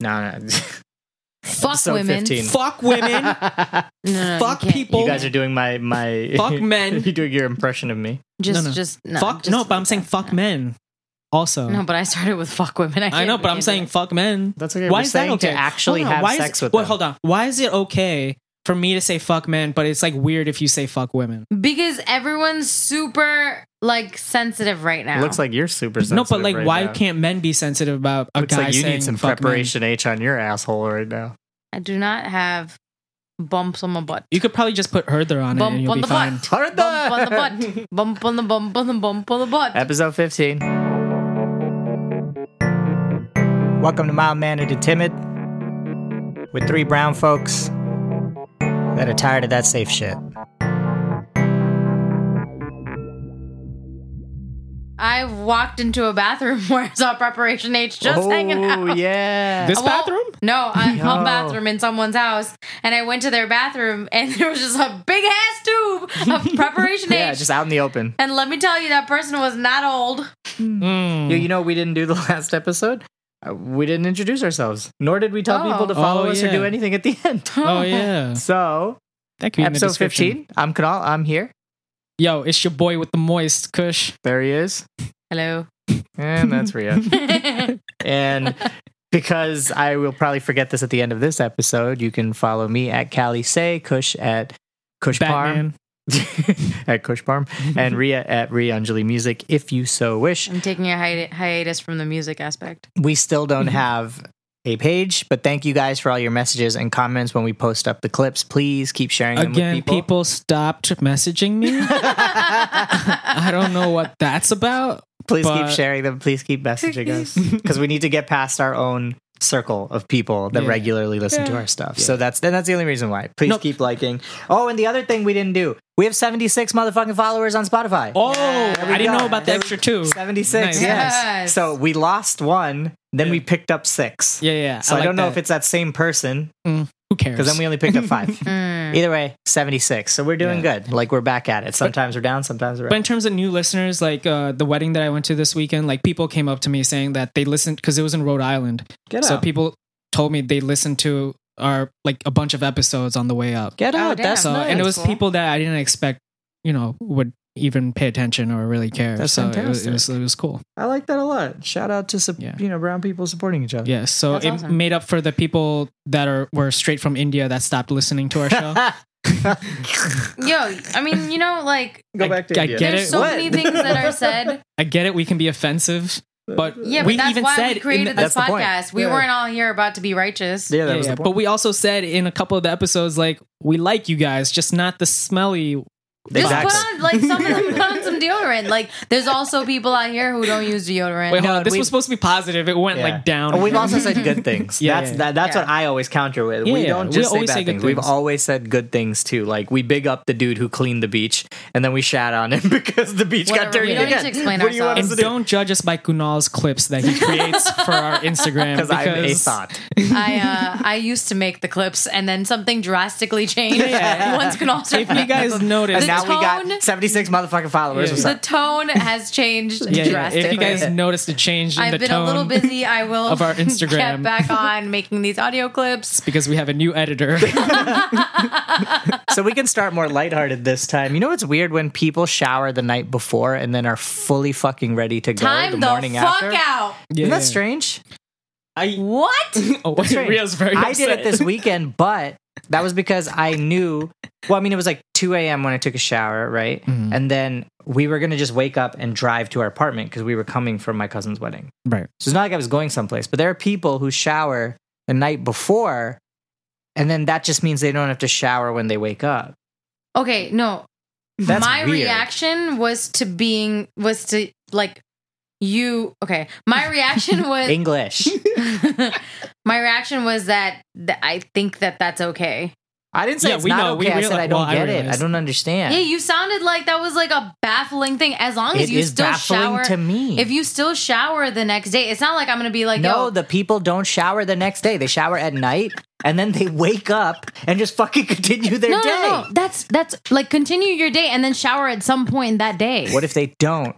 Nah, nah. Fuck Episode women. 15. Fuck women. No, no, no, you fuck can't. people. you guys are doing my my. Fuck men. you're doing your impression of me. Just, no. just no, fuck just- no, but I'm saying fuck men. Also, No, but I started with fuck women. I, I know, can't but do I'm saying that. fuck men. That's okay. Why We're is that saying okay? to actually Hold on, have why is sex it, with Wait, them. hold on. Why is it okay for me to say fuck men, but it's like weird if you say fuck women? because everyone's super like sensitive right now. Looks like you're super sensitive. no, but like, right why now. can't men be sensitive about a Looks guy like you saying need some fuck men? preparation H on your asshole right now. I do not have bumps on my butt. You could probably just put herther on it and Bump you'll on be the fine. butt. Bump on the butt. Bump on the bump on the bump on the butt. Episode 15. Welcome to Mild Mannered and Timid with three brown folks that are tired of that safe shit. I walked into a bathroom where I saw Preparation H just hanging out. Oh, yeah. This Well, bathroom? No, I No. a bathroom in someone's house, and I went to their bathroom, and there was just a big ass tube of preparation yeah, H. just out in the open. and let me tell you, that person was not old. Mm. You, you know, we didn't do the last episode. Uh, We didn't introduce ourselves, nor did we tell Oh. people to follow Oh, us or yeah. do anything at the end. Oh yeah, So, that could be in the episode description. 15, I'm Kanal, I'm here. Yo, it's your boy with the moist Kush. There he is. Hello. And that's Ria. And because I will probably forget this at the end of this episode, you can follow me at Cali Say, Kush at Kush Parm, Batman. at Kush Parm, and Ria at Ria Anjali Music if you so wish. I'm taking a hi- hiatus from the music aspect. We still don't Mm-hmm. have a page, but thank you guys for all your messages and comments when we post up the clips. Please keep sharing them Again, with people. people. stopped messaging me. I don't know what that's about. Please but- keep sharing them. Please keep messaging us because we need to get past our own circle of people that Yeah. regularly listen to Yeah. our stuff. Yeah. So that's and that's the only reason why. Please No. keep liking. Oh, and the other thing we didn't do, we have seventy six motherfucking followers on Spotify. Oh, There we I didn't go. know about the There- extra two. Seventy six. Nice. Yes. Yes. So we lost one, then Yeah. we picked up six. Yeah, yeah. So I, like don't know that. if it's that same person who cares. because then we only picked up five. Mm. Either way, seventy six. So we're doing Yeah. good. Like we're back at it. Sometimes we're down. Sometimes we're. But Up. in terms of new listeners, like uh, the wedding that I went to this weekend, like people came up to me saying that they listened because it was in Rhode Island. Get so out. people told me they listened to our like a bunch of episodes on the way up. Get Oh, out. damn. that's so nice. and it was That's cool. people that I didn't expect, you know, would even pay attention or really care. That's so it was, it was fantastic. it was cool. I like that a lot. Shout out to sup- Yeah. you know brown people supporting each other. Yeah. So That's it awesome. made up for the people that are were straight from India that stopped listening to our show. Yo, I mean, you know, like Go I- back to I India. Get there's it? so What? many things that are said. I get it. We can be offensive, but Yeah, but we that's even why said we in created the- That's this the point. podcast. We Yeah. weren't all here about to be righteous. yeah, that Yeah, was yeah, the but point. we also said in a couple of the episodes, like we like you guys, just not the smelly. Just Exactly. put on like some of them put on some deodorant. Like there's also people out here who don't use deodorant. Wait, hold No, on. This we- was supposed to be positive. It went Yeah. like down. Oh, we've also said good things. Yeah, that's yeah, That, that's yeah. what I always counter with. Yeah, we yeah. don't We just say always bad say good things. We've things. always said good things too. Like we big up the dude who cleaned the beach, and then we shat on him because the beach Whatever, got we dirty don't need to again. explain what do you want us and to do? don't judge us by Kunal's clips that he creates for our Instagram Because I'm a because thought. I uh, I used to make the clips, and then something drastically changed Yeah. once can all start. if you guys notice, And The now we tone- got 76 motherfucking followers. Yeah. What's the up? tone has changed yeah, yeah, drastically. if you guys notice the change in I've the been tone, a little busy. I will of our get Instagram. back on making these audio clips. because we have a new editor. so we can start more lighthearted this time. You know what's weird when people shower the night before and then are fully fucking ready to go Time the the, morning fuck after? out. Isn't Yeah. that strange? I What? oh, That's strange. Ria's very. I did it upset. this weekend, but that was because I knew. Well, I mean, it was like 2 a.m. when I took a shower, right? Mhm. And then we were going to just wake up and drive to our apartment because we were coming from my cousin's wedding. Right. So it's not like I was going someplace, but there are people who shower the night before, and then that just means they don't have to shower when they wake up. Okay, no. That's my weird. reaction was to being was to like you. Okay, my reaction was English. my reaction was that th- I think that that's okay. I didn't say Yeah, it's we not know. okay. We I said reali- I don't well, I get it. I realized. don't understand. Yeah, you sounded like that was like a baffling thing. As long as It you is still baffling shower, to me. if you still shower the next day, it's not like I'm gonna be like, No, yo, the people don't shower the next day. They shower at night and then they wake up and just fucking continue their no, day. no, no, that's that's like continue your day and then shower at some point in that day. What if they don't?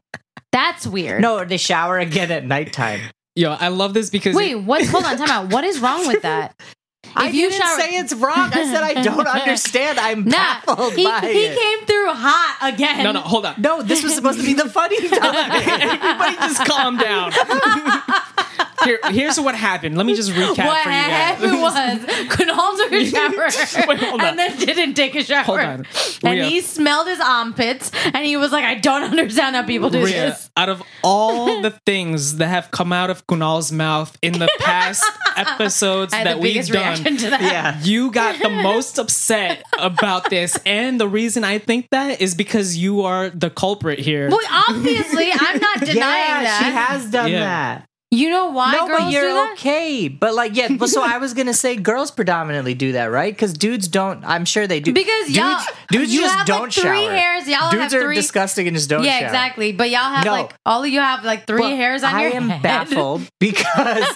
That's weird. No, or they shower again at nighttime. Yo, I love this because Wait, what? Hold on, time out. What is wrong with that? I If you didn't shower- say it's wrong. I said I don't understand. I'm Nah, baffled he, by he it. came through hot again. no, no, hold up. No, this was supposed to be the funny topic. Everybody, just calm down. Here, here's what happened. Let me just recap What for you guys. happened was Kunal took a shower Wait, hold on. and then didn't take a shower. Hold on. And Rhea. he smelled his armpits and he was like, I don't understand how people do Rhea, this. out of all the things that have come out of Kunal's mouth in the past episodes I had that the we've biggest done, reaction to that. yeah. you got the most upset about this. And the reason I think that is because you are the culprit here. Well, obviously, I'm not denying Yeah, she that. has done Yeah. that. you know why no, girls but do you're that? okay. But like, yeah. But so I was gonna say, girls predominantly do that, right? Because dudes don't. I'm sure they do. Because dudes, y'all- dudes you just have, like, don't three shower. hairs, y'all dudes have are three- disgusting and just don't. Yeah, shower. exactly. But y'all have No. like all of you have like three But hairs on I your am head. baffled because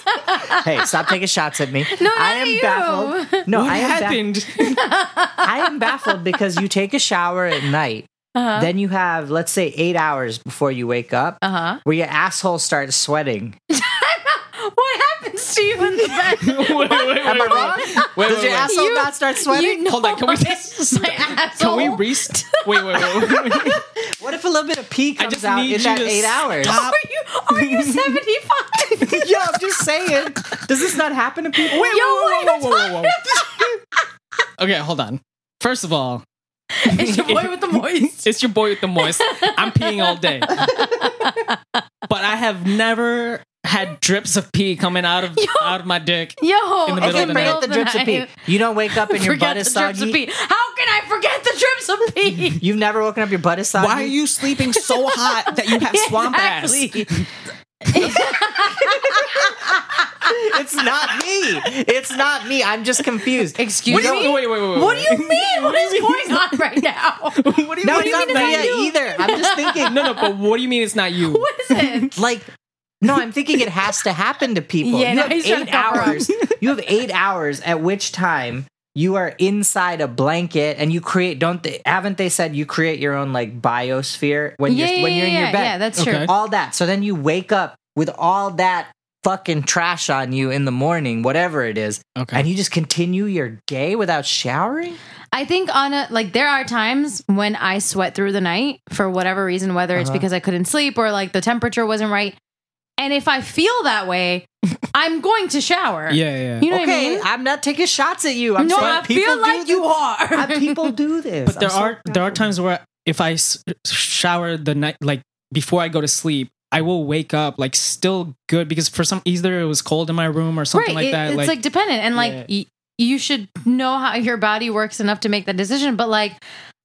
hey, stop taking shots at me. No, I not am you. baffled. No, what I am ba- happened? I am baffled because you take a shower at night, Uh-huh. then you have let's say eight hours before you wake up, Uh where your asshole starts sweating. huh. What happens to you in the bed? wait, wait, wait, Am I wait. wrong? Wait, Does wait, your wait. asshole You- not start sweating? You know Hold on, can we it. just- my Can asshole? we rest? Wait, wait, wait, wait, wait. What if a little bit of pee comes just out need in you that to eight hours? Are you are you seventy five? Yo, I'm just saying. Does this not happen to people? Wait, Yo, what are you talking whoa, whoa. okay, hold on. First of all, about? It's your boy with the moist. it's your boy with the moist. I'm peeing all day. but I have never had drips of pee coming out of out of my dick. Yo, In the middle okay, of the forget night. the drips of pee. night. You don't wake up and your Forget butt the is drips of soggy. pee. How can I forget the drips of pee? You've never woken up, your butt is soggy. Why are you sleeping so hot that you have swamp ass? Exactly. It's not me. It's not me. I'm just confused. Excuse You me? don't- Wait, wait, wait, wait. What do you mean? What is going on right now? mean? What do you No, mean? it's not mean it's not me you? either. I'm just thinking. No, no, but what do you mean it's not you? What is it? like no i'm thinking it has to happen to people Yeah, you no, have he's trying eight to cover up. hours you have eight hours at which time you are inside a blanket and you create don't they haven't they said you create your own like biosphere when yeah, you're yeah, when you're yeah, in your yeah, bed yeah, that's Okay. true. all that so then you wake up with all that fucking trash on you in the morning whatever it is Okay. and you just continue your day without showering I think on a like there are times when I sweat through the night for whatever reason, whether it's Uh-huh. because I couldn't sleep or like the temperature wasn't right. And if I feel that way, I'm going to shower. Yeah, yeah. You know what I okay mean? i'm not taking shots at you i'm no, sorry I people feel do like you this. are. I- people do this But there I'm so are there proud. are times where if I s- shower the night like before I go to sleep, I will wake up like still good because for some either it was cold in my room or something like it- that. It's like, dependent, and like Yeah. y- you should know how your body works enough to make that decision. But like,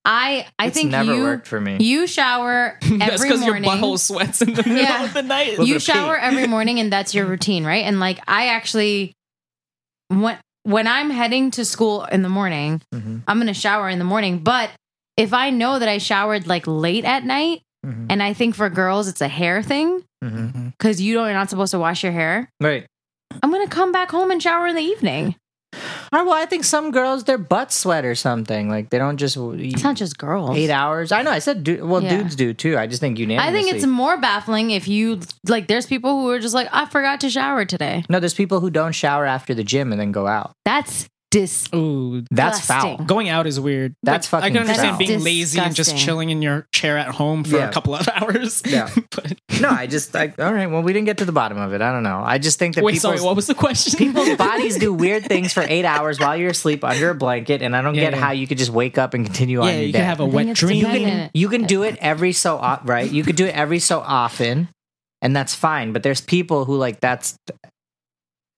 I I it's think never you worked for me you shower every Mm-hmm. that's because your morning. butthole sweats in the middle Yeah. of the night. little bit you of shower pee. every morning and that's your routine right and like i actually when when i'm heading to school in the morning Mm-hmm. Mhm. i'm gonna shower in the morning but if i know that i showered like late at night Mm-hmm. Mhm. and i think for girls it's a hair thing Mhm. because you don't you're not supposed to wash your hair Right. i'm gonna come back home and shower in the evening Or, well, I think some girls their butts sweat or something. Like they don't just it's not just girls eight hours. I know. I said du- well, Yeah. dudes do too. I just think i unanimously. think it's more baffling if you like there's people who are just like i forgot to shower today no. There's people who don't shower after the gym and then go out. that's dis Ooh, That's Disgusting. foul. going out is weird. That's Like, I fucking can understand foul. being lazy and just Disgusting. chilling in your chair at home for Yeah. a couple of hours. Yeah. but, No, I just. I, all right. Well, we didn't get to the bottom of it. I don't know. I just think that wait, people's sorry, what was the question? people's bodies do weird things for eight hours while you're asleep under a blanket, and I don't Yeah, get yeah. how you could just wake up and continue on yeah, your you day. can have a think wet it's dream. dependent. can- you can do it every so o- right you could do it every so often and that's fine but there's people who like that's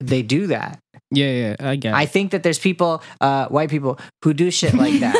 they do that Yeah, yeah, I get. It. i think that there's people uh white people who do shit like that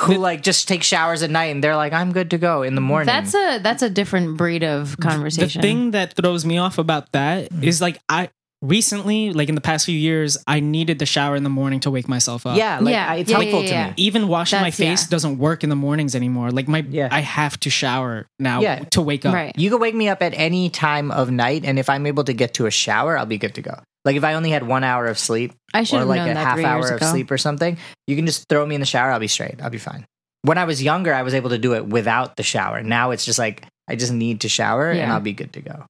who like just take showers at night and they're like i'm good to go in the morning that's a that's a different breed of conversation The thing that throws me off about that is Mhm. like I recently, like in the past few years, I needed the shower in the morning to wake myself up. yeah like Yeah, I, it's yeah, helpful yeah, yeah. to me Even washing my That's- yeah. face doesn't work in the mornings anymore. Like my, Yeah. I have to shower now Yeah. to wake up. right you can wake me up at any time of night and if i'm able to get to a shower i'll be good to go like if i only had one hour of sleep I should or have like known a that half three years hour of ago. sleep or something, you can just throw me in the shower. I'll be straight. I'll be fine. When I was younger, I was able to do it without the shower. Now it's just like I just need to shower and Yeah. I'll be good to go.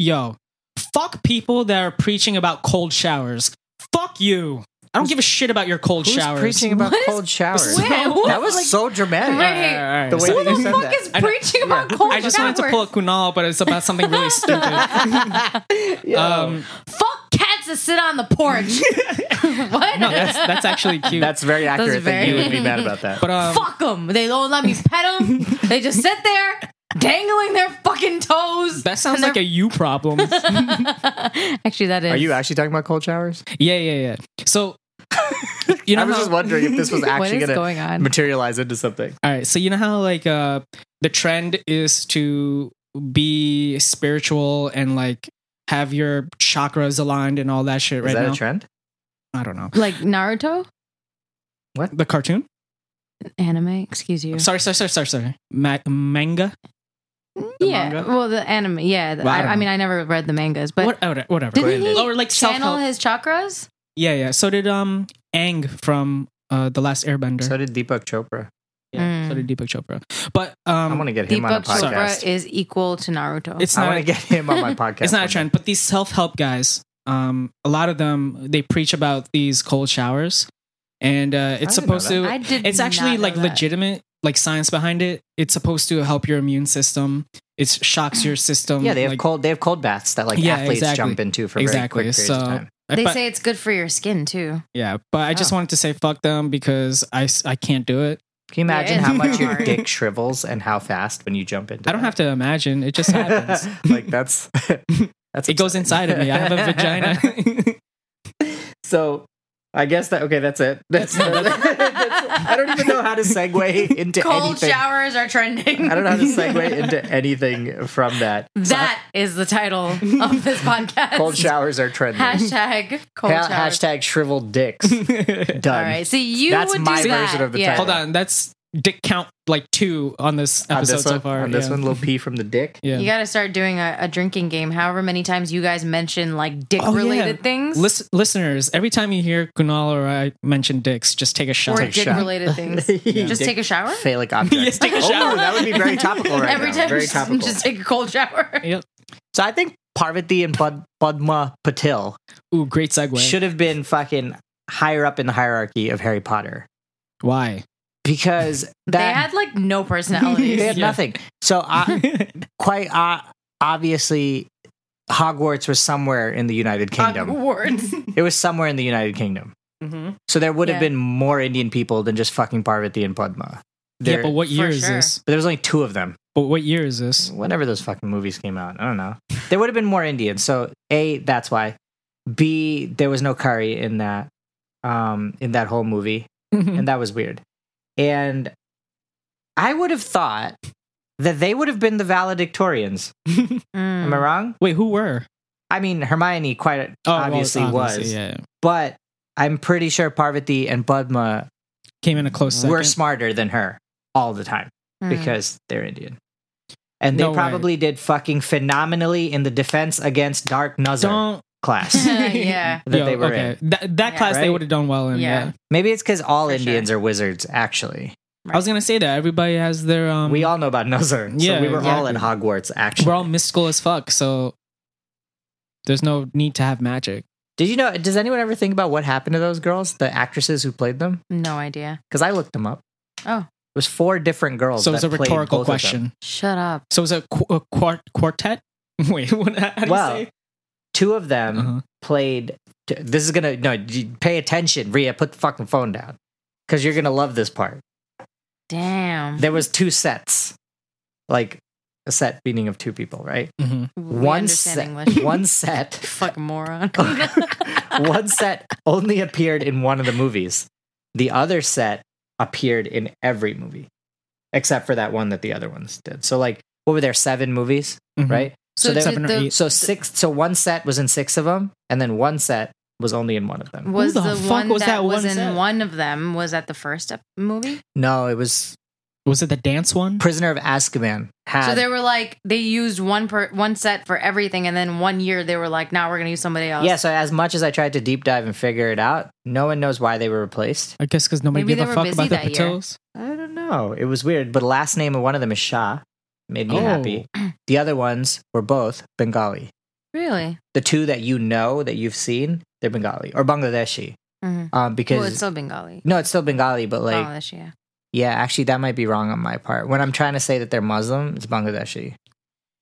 Yo, Fuck people that are preaching about cold showers. Fuck you. I don't give a shit about your cold Who's showers. preaching about What is- cold showers? Wait, what? That was Like- so dramatic. Right. The way Who that the you said fuck that. is I know. preaching about Yeah. cold I just wanted to pull a showers? Kunal, but it's about something really stupid. Um, Fuck cats that sit on the porch. what? no, that's that's actually cute. That's very accurate. that very- you would be mad about that. but um, Fuck them. They don't let me pet them. they just sit there dangling their fucking toes. that sounds like a you problem. yeah, Actually, that is. Are you actually talking about cold showers? yeah, yeah. So you know I was how- just wondering if this was What actually is gonna going on? materialize into something. All right. So you know how like uh the trend is to be spiritual and like have your chakras aligned and all that shit Is right that now. a trend? I don't know. Like Naruto The cartoon? anime? Excuse you. Sorry, sorry, sorry, sorry, sorry. Ma- manga? the yeah. manga? Well, the anime. Yeah. the- Well, I I, don't I know. mean, I never read the mangas, but What- whatever. whatever. Did- didn't he Brandon. Or like channel Oh, self-help. his chakras? yeah, yeah. So did um Ang from uh the Last Airbender. So did Deepak Chopra. yeah. Mm. So did Deepak Chopra. But I want um to get him on a Deepak podcast. Chopra is equal to Naruto. it's I not want to get him on my podcast. it's not one a day. trend but these self-help guys um a lot of them they preach about these cold showers and uh it's I didn't know supposed to I did. it's actually not know like that. legitimate like science behind it it's supposed to help your immune system it shocks your system Yeah, they have like, cold. They have cold baths that like Yeah, athletes exactly. jump into for Exactly, very quick periods so- of time. They but- say it's good for your skin too. yeah but i just Oh. wanted to say fuck them because i s- i can't do it Can you Yeah, imagine it's how much your hard. dick shrivels and how fast when you jump into? i don't have to imagine it just happens like that's that's it goes upsetting. inside of me i have a vagina So I guess that okay. That's it. That's, that's- I don't even know how to segue into Cold anything. showers are trending. I don't know how to segue into anything from that. That is the title of this podcast. Cold showers are trending. Hashtag cold Ha- showers. hashtag shriveled dicks. Done. All right. See, you That's would do my that. version of the yeah. title. hold on that's dick count like two on this On episode this so one, far on this yeah. one, little P from the dick. yeah You got to start doing a, a drinking game. However many times you guys mention like dick Oh, yeah. related things Lis- listeners, every time you hear Kunal or I mention dicks, just take a shot. or Take a dick shot. related things, just Dick take a shower. Phallic object. Yes, take a shower. Oh, that would be very topical right Every now. time, very just, topical. just take a cold shower. yep. so I think Parvati and Pad- Padma Patil Ooh, great segue. should have been fucking higher up in the hierarchy of Harry Potter Why? because They that had like no personalities. they had Yeah. nothing. So I, quite uh, obviously, Hogwarts was somewhere in the United Ah, Kingdom. Awards. It was somewhere in the United Kingdom. Mm-hmm. So there would have Yeah. been more Indian people than just fucking Parvati and Padma. There, Yeah, but what year For is sure. this? but there was only two of them. But what year is this? whenever those fucking movies came out. I don't know. There would have been more Indians. So A, that's why. B, there was no curry in that um in that whole movie. And that was weird. And I would have thought that they would have been the valedictorians. Am I Mm-hmm. wrong? Wait, who were? Oh, I mean Hermione quite well, obviously, was. Yeah. But I'm pretty sure Parvati and Padma Came in a close second. Mm. were smarter than her all the time because they're Indian. And they No way. probably did fucking phenomenally in the defense against Dark Nuzzle Don't. class yeah. that Yo, they were okay. in. That, that Yeah. class they Right? would have done well in. Yeah. Yeah. Maybe it's because all For Indians sure. are wizards, actually. I was gonna say that everybody has their um. we all know about Nuzzle. Yeah, so we were all in exactly. Hogwarts, actually. we're all mystical as fuck. So there's no need to have magic. Did you know? Does anyone ever think about what happened to those girls, the actresses who played them? No idea. Because I looked them up. Oh. It was four different girls. so it's a Oh, that played rhetorical both of them. question. Shut up. So it was a, qu- a quart- quartet. Wait, what? How do Wow. you say? Two of them Uh-huh. played. t- this is going to. No, you- pay attention, Rhea. Put the fucking phone down. Because you're going to love this part. Mm-hmm. Damn. There was two sets. Like a set meaning of two people, right? Mhm. We One understand set. English. One set. Fuck moron. one set only appeared in one of the movies. The other set appeared in every movie, except for that one that the other ones did. So, like, what were there? Seven movies, Mhm. right? So, So, there, Seven or did the, eight. so six. So one set was in six of them, and then one set was only in one of them. was Who the, the fuck one was that, that was one in set? one of them was at the first ep- movie. No, it was Was it the dance one? Prisoner of Azkaban. Had So they were like they used one per one set for everything, and then one year they were like, "Now we're gonna use somebody else." yeah. So as much as I tried to deep dive and figure it out, no one knows why they were replaced. I guess because nobody Maybe gave they a were fuck busy about the that year. Patels. I don't know. It was weird, but last name of one of them is Shah. Made me Oh. happy. The other ones were both Bengali. Really? The two that you know that you've seen, they're Bengali or Bangladeshi. Mhm. Um, because well, it's still Bengali. no, it's still Bengali, but like Bangladesh, yeah. yeah, actually that might be wrong on my part. When I'm trying to say that they're Muslim, it's Bangladeshi.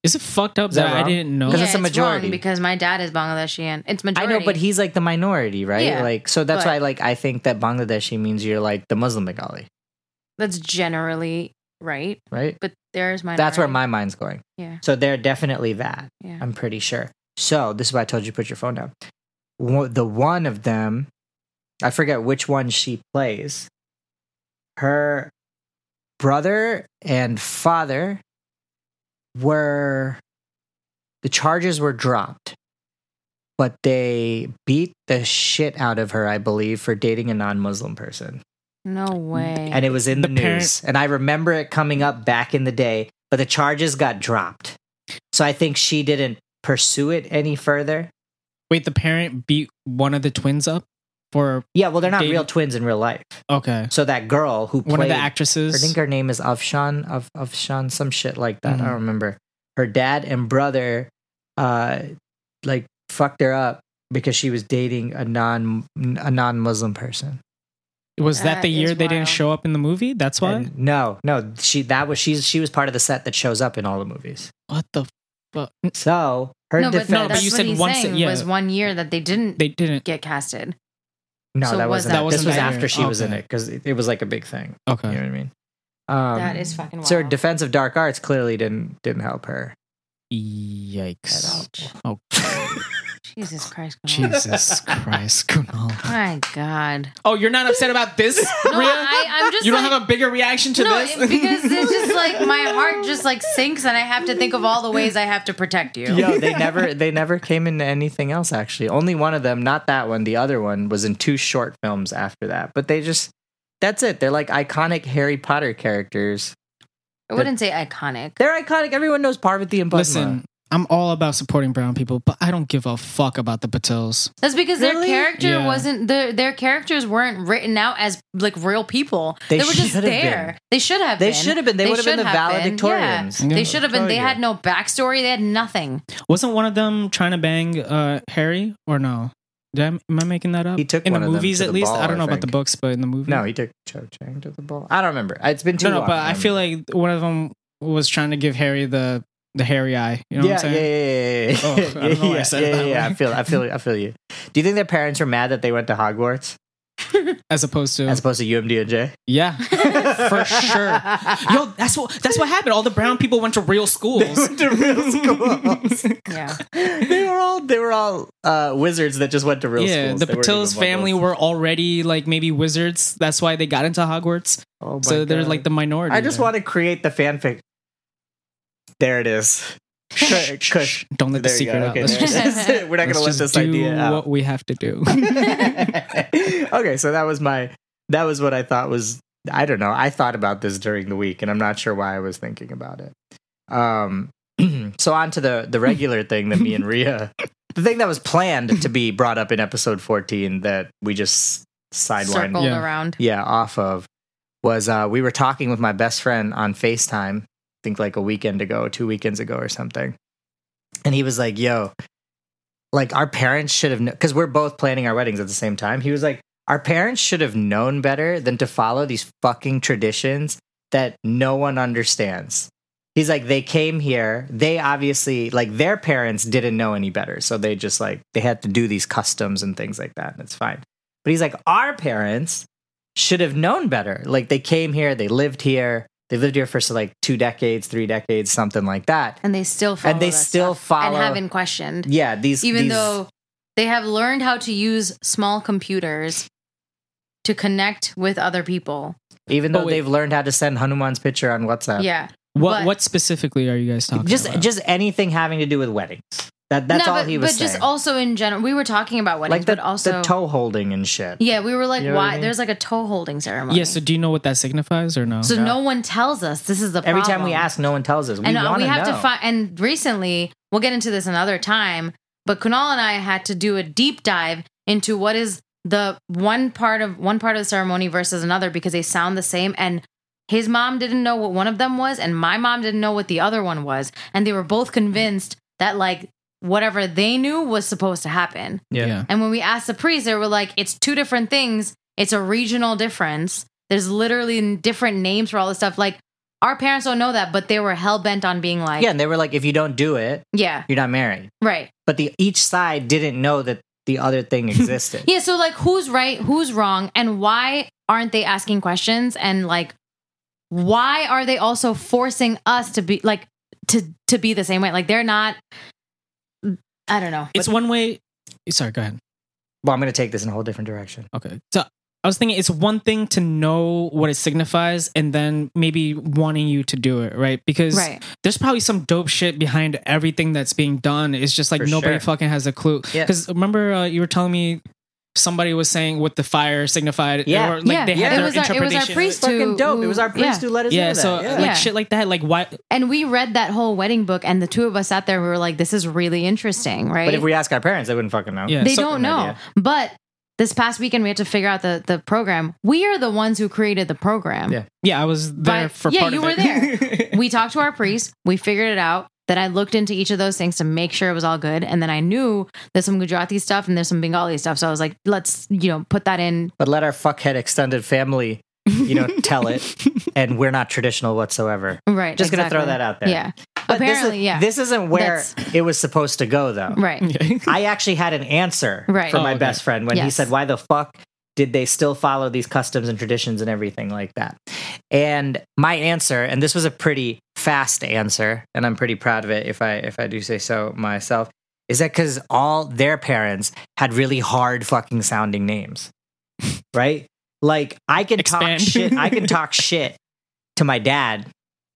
Is it fucked up Is that that, I wrong? didn't know? 'Cause yeah, it's a wrong majority. because my dad is Bangladeshi and it's majority. I know, but he's like the minority, right? Yeah, like so that's but- why like I think that Bangladeshi means you're like the Muslim Bengali, that's generally right. right? But there's my That's where my mind's going. yeah So they're definitely that. yeah. I'm pretty sure. So this is why I told you to put your phone down. One- The one of them, I forget which one she plays. Her brother and father were the charges were dropped, but they beat the shit out of her, I believe, for dating a non-Muslim person, no way. and it was in the, The parent- news. And I remember it coming up back in the day, but the charges got dropped. So I think she didn't pursue it any further. Wait, the parent beat one of the twins up for Yeah, well, they're not Dating- real twins in real life. okay. So that girl who One of played, the I actresses. think her name is Afshan, of Afshan, some shit like that. I Mhm. don't remember. Her dad and brother, uh, like fucked her up because she was dating a non a non Muslim person. was that, That the year is they didn't wild. show up in the movie? That's why. And no, no, she that was she's she was part of the set that shows up in all the movies. what the fuck? So her no, but defense, no, that's you what said he's once- saying yeah. was one year that they didn't They didn't. get casted. no, so that was wasn't. That that- That this wasn't was that after year. she was in Okay. it because it, it was like a big thing. Okay. You know what I mean? Um, that is fucking wild. so her defense of dark arts clearly didn't didn't help her. at all. Yikes! Oh. Jesus Christ. Kunal. Jesus Christ, Kunal. My God. Oh, you're not upset about this, No, Rhea? I, I'm just you don't like, have a bigger reaction to no, this it- because it's just like my heart just like sinks, and I have to think of all the ways I have to protect you. Yo, they never they never came into anything else actually. Only one of them, not that one, the other one was in two short films after that. But they just that's it. They're like iconic Harry Potter characters. I wouldn't say iconic. They're iconic. Everyone knows Parvati and Padma. Listen, I'm all about supporting brown people, but I don't give a fuck about the Patels. That's because Really? their character Yeah. wasn't their their characters weren't written out as like real people. They They, were should just have there. been. They should have. They been. should have been. They would have been should the valedictorians. Yeah. Yeah. They should have been. They Totally. had no backstory. They had nothing. Wasn't one of them trying to bang uh, Harry or no? Did I, am I making that up? He took in one the of them movies to at the least. ball, I don't know I about the think. books, but in the movie, No, he took Cho Chang to the bowl. I don't remember. It's been too no, no. long. But I don't feel remember. like one of them was trying to give Harry the the hairy eye. You know yeah, what I'm yeah, saying? yeah, yeah, yeah, yeah. Oh, I don't know why I yeah, said yeah, it that yeah, yeah. way. I feel, I feel, I feel you. Do you think their parents were mad that they went to Hogwarts As opposed to as opposed to UMDNJ? yeah, for sure. Yo, that's what that's what happened. All the brown people went to real schools. to real schools. Yeah. they were all they were all uh, wizards that just went to real yeah, schools. the They weren't Patils even family muggles. were already like maybe wizards. That's why they got into Hogwarts. Oh my so they're God. like the minority. I just there. want to create the fanfic. There it is. Sh- Shh, kush. shh, Don't let the There you go. secret out. Okay, Let's there it just, is. we're not going let's to let just this do idea out. what we have to do. okay, so that was my that was what I thought was I don't know. I thought about this during the week and I'm not sure why I was thinking about it. Um so on to the the regular thing that me and Rhea the thing that was planned to be brought up in episode 14 that we just sidelined Circled Yeah. around. yeah off of was uh we were talking with my best friend on FaceTime, I think like a weekend ago, two weekends ago or something. And he was like, "Yo, like our parents should have cuz we're both planning our weddings at the same time." He was like, "Our parents should have known better than to follow these fucking traditions that no one understands." He's like, "They came here, they obviously like their parents didn't know any better, so they just like they had to do these customs and things like that, and it's fine." But he's like, "Our parents should have known better. Like they came here, they lived here, they lived here for so like two decades, three decades, something like that. And they still follow. they that still stuff follow- and haven't questioned, Yeah, these even these- though they have learned how to use small computers to connect with other people. even though Oh, wait. they've learned how to send Hanuman's picture on WhatsApp. yeah. what But- what specifically are you guys talking just about? just anything having to do with weddings. That that's no, all but, he was but saying. just also in general, we were talking about weddings, like the, but also the toe holding and shit. yeah, we were like, You know what why? I mean? There's like a toe holding ceremony. yeah. So do you know what that signifies or no? So no. no. one tells us. This is the Every problem. time we ask, no one tells us. We and uh, want we have know. to find. And recently, we'll get into this another time. But Kunal and I had to do a deep dive into what is the one part of one part of the ceremony versus another because they sound the same and. His mom didn't know what one of them was, and my mom didn't know what the other one was. And they were both convinced that, like, whatever they knew was supposed to happen. Yeah. And when we asked the priest, they were like, it's two different things. It's a regional difference. There's literally n- different names for all this stuff. Like, our parents don't know that, but they were hell bent on being like, Yeah, and they were like, if you don't do it, yeah, you're not married. right. But the each side didn't know that the other thing existed. Yeah. So, like, who's right? Who's wrong? And why aren't they asking questions? And, like, why are they also forcing us to be like, to, to be the same way? Like, they're not, I don't know. It's one way. Sorry, go ahead. Well, I'm going to take this in a whole different direction. Okay. So I was thinking it's one thing to know what it signifies and then maybe wanting you to do it, right? Because Right. there's probably some dope shit behind everything that's being done. It's just like For nobody sure. fucking has a clue. Yeah. Because remember, uh, you were telling me somebody was saying what the fire signified. Yeah. Or like they had Yeah. their it, was our, it was interpretation. our priest Fucking who- dope. It who- was our priest who yeah. let us yeah. know that. So yeah. like Yeah. shit like that. Like why? And we read that whole wedding book, and the two of us sat there. We were like, "This is really interesting, right?" But if we ask our parents, they wouldn't fucking know. Yeah. they so- don't no know. idea. But this past weekend, we had to figure out the the program. We are the ones who created the program. Yeah. Yeah, I was there But- for yeah, part you of were it. there. We talked to our priest. We figured it out. Then I looked into each of those things to make sure it was all good. And then I knew there's some Gujarati stuff and there's some Bengali stuff. So I was like, let's you know put that in. But let our fuckhead extended family, you know, tell it. And we're not traditional whatsoever. Right. Just gonna throw exactly. that out there. Yeah. But Apparently, this is, yeah. This isn't where That's- it was supposed to go, though. right. I actually had an answer Right. for Oh, my okay. best friend when he Yes. said, Why the fuck did they still follow these customs and traditions and everything like that? And my answer, and this was a pretty fast answer, and I'm pretty proud of it if I if I do say so myself, is that because all their parents had really hard fucking sounding names. Right? Like I can Expand. talk shit. I can talk shit to my dad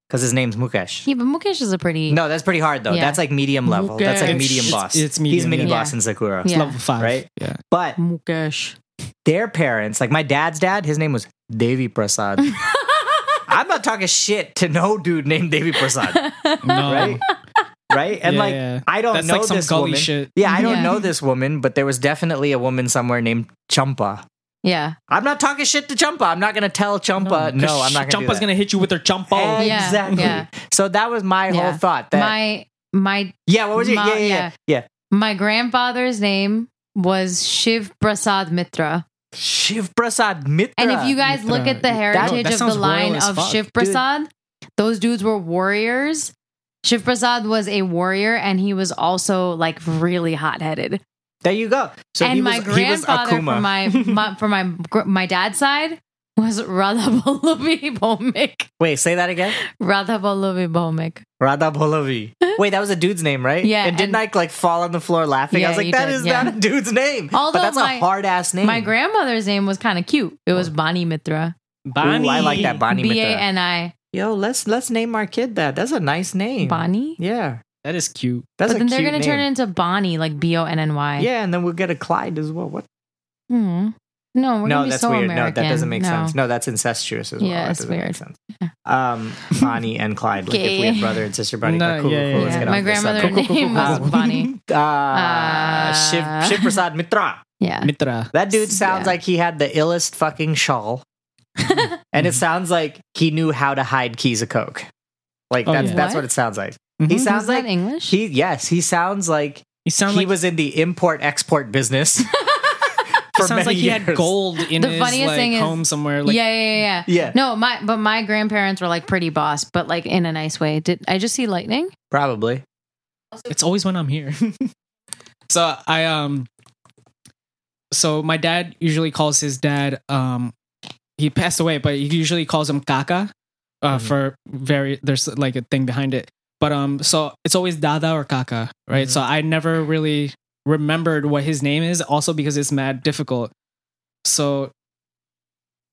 because his name's Mukesh. Yeah, but Mukesh is a pretty No, that's pretty hard though. Yeah. That's like medium level. That's like Mukesh. medium It's- boss. it's He's medium, mini yeah. boss in Sakura. Yeah. Level five. Right? Yeah. But Mukesh. their parents, like my dad's dad, his name was Devi Prasad. I'm not talking shit to no dude named Devi Prasad, No. right? right? And Yeah, like yeah. I don't That's know like some this gully woman. shit. Yeah, I don't Yeah. know this woman, but there was definitely a woman somewhere named Champa. Yeah. I'm not talking shit to Champa. I'm not going to tell Champa. No, I'm not going to. Chumpa's gonna hit you with her chumpo. Yeah, Exactly. yeah. So that was my Yeah. whole thought. That my my yeah. What was it? my- yeah, yeah, yeah, yeah. My grandfather's name was Shiv Prasad Mitra. Shiv Prasad Mitra. And if you guys Mitra. look at the That- heritage that of sounds the royal line as of fuck, Shiv dude. Prasad, those dudes were warriors. Shiv Prasad was a warrior and he was also like really hot headed. there you go. So and he my was, he was grandfather Akuma. from my, my for my gr- my dad's side was Radha Vallabhi Bhomik. Wait, say that again. Radha Vallabhi Bhomik. Radha Bolavi. Wait, that was a dude's name, right? Yeah, And didn't and- I like fall on the floor laughing? I Yeah, was like, you that did, is yeah. not a dude's name. Although but that's my- a hard ass name. My grandmother's name was kind of cute. It was Bonnie Mitra. Ooh, I like that Bonnie B A Oh. Mitra. N I. Yo, let's let's name our kid that. That's a nice name. Bonnie? Yeah. That is cute. That's but a then they're cute gonna name. turn it into Bonnie, like B O N N Y. Yeah, and then we'll get a Clyde as well. What? Hmm. No, we're no, gonna be that's so weird. No, American. that doesn't make No. sense. No, that's incestuous as well. Yeah, That it's doesn't make weird. sense. Um, Bonnie and Clyde. Like if we Okay. have brother and sister Bonnie. No, but cool, yeah, cool, yeah, cool. Let's yeah. get My off this uh, grandmother subject. name was Um, Bonnie. Uh, Uh, Shiv, Shiv Prasad Mitra. Yeah. Mitra. That dude sounds Yeah. like he had the illest fucking shawl. and it sounds like he knew how to hide keys of coke. Like Oh, that's yeah. that's what What? it sounds like. He Mhm. sounds Was like that English? he yes, he sounds like He sounds he like was in the import export business. for it many sounds like he had years. gold in The his funniest like, thing is- home somewhere. Like, yeah, yeah, yeah, yeah. Yeah. No, my but my grandparents were like pretty boss, but like in a nice way. Did I just see lightning? Probably. It's always when I'm here. so I um, so my dad usually calls his dad um, he passed away, but he usually calls him Kaka, uh, Mhm. for very there's like a thing behind it. But um, so it's always Dada or Kaka, right? Mhm. So I never really remembered what his name is, also because it's mad difficult. So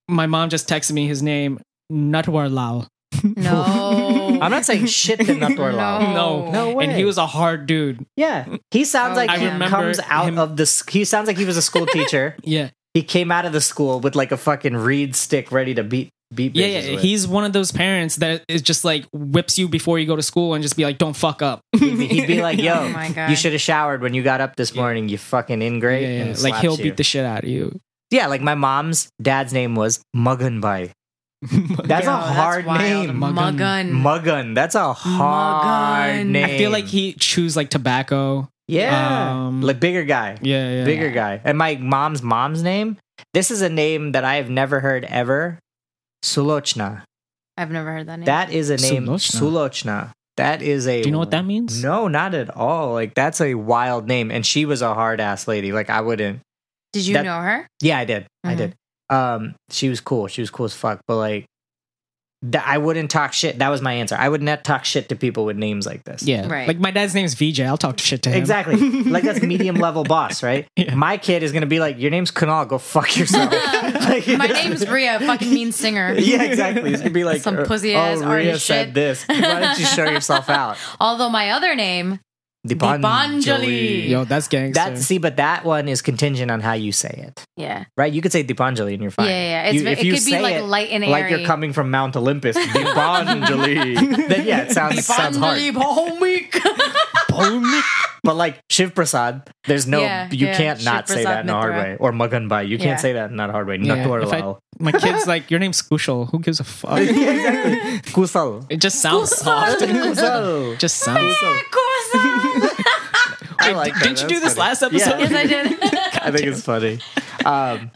my mom just texted me his name, Natwar Lal. No. I'm not saying shit to Natwar Lal. No. No way. And he was a hard dude. Yeah. He sounds Oh, like I he remember comes out him- of this he sounds like he was a school teacher. Yeah. He came out of the school with like a fucking reed stick ready to beat beat Yeah, bitches yeah. with. He's one of those parents that is just like whips you before you go to school and just be like, don't fuck up. He'd be, he'd be like, "Yo, Oh my God. you should have showered when you got up this morning. You fucking Yeah, ingrate." yeah. And Like, slaps he'll you. beat the shit out of you. Yeah, like my mom's dad's name was Muggunbai. That's Yo, a hard wild. name. Muggun. Muggun. Muggun. That's a hard Muggun. name. I feel like he chews like tobacco. Yeah. Um, like bigger guy. Yeah, yeah. Bigger guy. And my mom's mom's name. This is a name that I have never heard ever. Sulochna. I've never heard that name. That is a name. Sulochna. Sulochna. That is a. Do you know what that means? No, not at all. Like that's a wild name, and she was a hard ass lady. Like I wouldn't. Did you that- know her? Yeah, I did. I Mhm. did. Um, she was cool. She was cool as fuck. But like, th- I wouldn't talk shit. That was my answer. I would not talk shit to people with names like this. Yeah. Right. Like my dad's name's VJ. I'll talk shit to him. Exactly. like that's medium level boss, right? Yeah. My kid is gonna be like, Your name's Kunal, go fuck yourself. Like, My name's Ria, fucking mean singer. Yeah, exactly. It's gonna be like Some uh, pussy-ass oh, Rhea artist said shit." this. Why don't you show yourself out? Although my other name, Dipanjali. Yo, that's gangster. That see, but that one is contingent on how you say it. yeah, Right? You could say Dipanjali and you're fine. yeah, yeah, it's, You- ve- if it you could be say like it light and airy. like you're coming from Mount Olympus, Dipanjali. then yeah, it sounds sounds hard. Dipanjali Bhomik. Boom. But like Shiv Prasad, there's no Yeah, you yeah, can't Shiv not say that Prasad in a hard Mitra. way. Or Maganbai, you Yeah. can't say that in a hard way. Yeah, if I- Naturalal. My kid's like, your name's Kushal. Who gives a fuck? Kusal. It just sounds soft. Kusal. just sounds. I like that. Didn't you do That's this funny. last episode? yes, I did. I think it's funny. Um,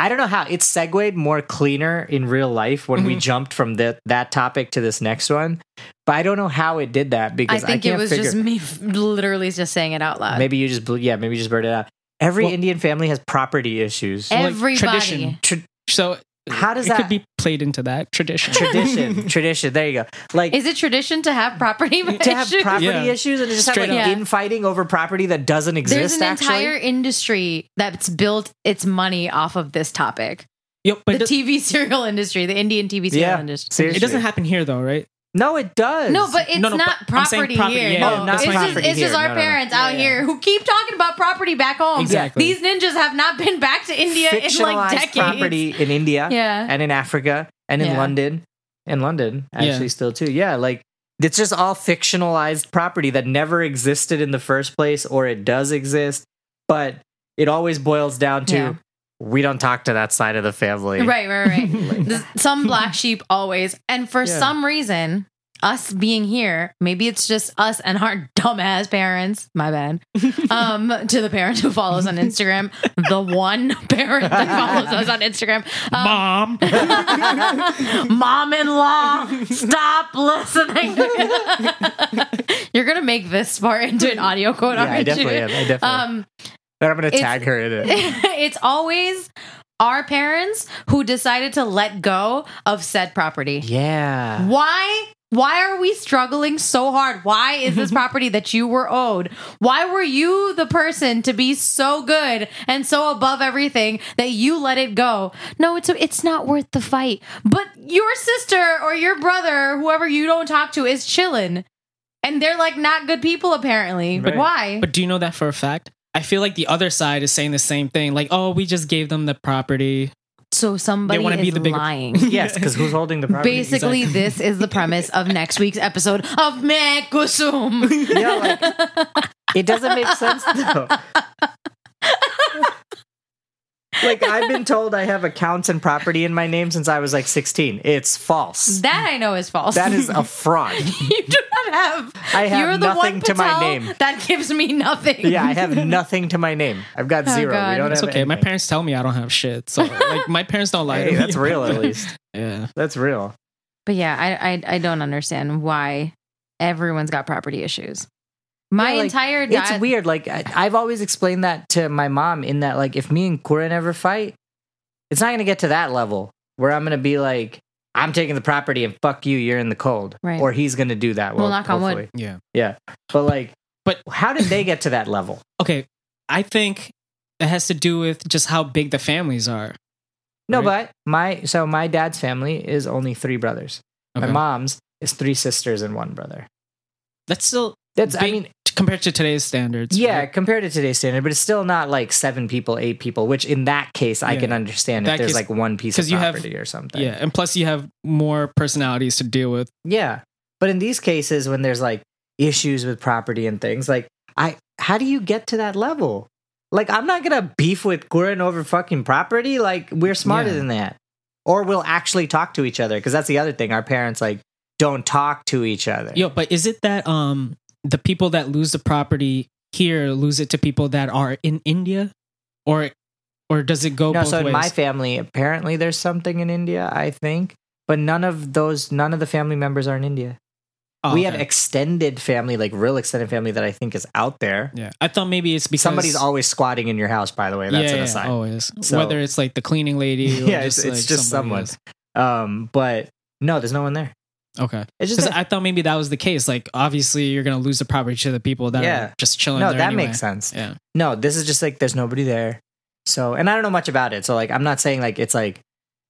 I don't know how it's segued more cleaner in real life when we Mm-hmm. jumped from that that topic to this next one, but I don't know how it did that I because I, think can't it was figure. just me f- literally just saying it out loud. maybe you just blew, yeah, maybe you just blurted it out. Every Well- Indian family has property issues. like, Everybody. tradition. Tra- So How does it that- could be played into that tradition? tradition, tradition. There you go. Like Is it tradition to have property to have issues? property Yeah. issues and to just have like Straight up. Yeah. infighting over property that doesn't exist. There's an actually, entire industry that's built its money off of this topic. Yep, but The it, does, TV serial industry, the Indian TV serial Yeah, industry. seriously. it doesn't happen here though, right? no, it does. No, but it's No, no, not but I'm saying property, property, here. yeah, yeah, no, that's it's my just, property it's just here. our No, no, no. parents out Yeah, here who keep talking about property back home. Exactly. These ninjas have not been back to India in fictionalized like decades. property in India Yeah. and in Africa and in Uh, Yeah. London and London actually Yeah. still too. Yeah, like it's just all fictionalized property that never existed in the first place or it does exist, but it always boils down to Yeah. we don't talk to that side of the family. Right, right, right. There's some black sheep always. And for Yeah. some reason, us being here, maybe it's just us and our dumbass parents, my bad, um, to the parent who follows on Instagram, the one parent that follows us on Instagram, um, Mom, mom in law, stop listening. You're going to make this far into an audio quote, Yeah, aren't I definitely you? am. I definitely am. Um, But I'm gonna it's- tag her in it. it's always our parents who decided to let go of said property. Yeah. Why? Why are we struggling so hard? Why is this property that you were owed? Why were you the person to be so good and so above everything that you let it go? No, it's it's not worth the fight. But your sister or your brother, whoever you don't talk to, is chilling, and they're like not good people apparently. Right. Why? but do you know that for a fact? I feel like the other side is saying the same thing. Like, oh, we just gave them the property. so somebody They wanna is be the bigger- lying. Yes, because who's holding the property? Basically, this is the premise of next week's episode of Meh Kusum. Yeah, like, it doesn't make sense though. like I've been told I have accounts and property in my name since I was like 16. It's false. That I know is false. That is a fraud. you do not have. I have You're the one nothing to my Patel name. That gives me nothing. Yeah, I have nothing to my name. I've got Oh, zero. God. we don't It's have okay. My anything. parents tell me I don't have shit, so like my parents don't lie. to Hey, me. that's real at least. Yeah. That's real. But yeah, I, I I don't understand why everyone's got property issues. My Yeah, like, entire It's di- weird. Like I, I've always explained that to my mom in that like if me and Kuren ever fight, it's not gonna get to that level where I'm gonna be like, I'm taking the property and fuck you, you're in the cold. Right. Or he's gonna do that. Well, Well, knock on wood. hopefully. Yeah. Yeah. But like But- how did they get to that level? Okay. I think it has to do with just how big the families are. No, Right. but my so my dad's family is only three brothers. Okay. My mom's is three sisters and one brother. That's still That's I big mean t- compared to today's standards. yeah, right? compared to today's standard, but it's still not like seven people, eight people, which in that case I Yeah. can understand That if there's case- like one piece 'cause of you have- property or something. Yeah. And plus, you have more personalities to deal with. Yeah. But in these cases, when there's like issues with property and things, like I, how do you get to that level? Like, I'm not gonna beef with Guren over fucking property. Like, we're smarter Yeah. than that, or we'll actually talk to each other because that's the other thing. Our parents like don't talk to each other. Yo, but is it that um the people that lose the property here lose it to people that are in India, or or does it go No, both so in ways? my family, apparently there's something in India, I think, but none of those, none of the family members are in India. Oh, we okay. have extended family, like real extended family that I think is out there. yeah, I thought maybe it's because Somebody's always squatting in your house, by the way. That's yeah, Oh, an yeah, aside. always. So- Whether it's like the cleaning lady, or Yeah, just, it's- it's like, just somebody someone. else. Um, but no, there's no one there. Okay, It's just because that- I thought maybe that was the case. Like, obviously, you're gonna lose the property to the people that Yeah. are just chilling. no, there that anyway. makes sense. Yeah. No, this is just like there's nobody there. So, and I don't know much about it. So, like, I'm not saying like it's like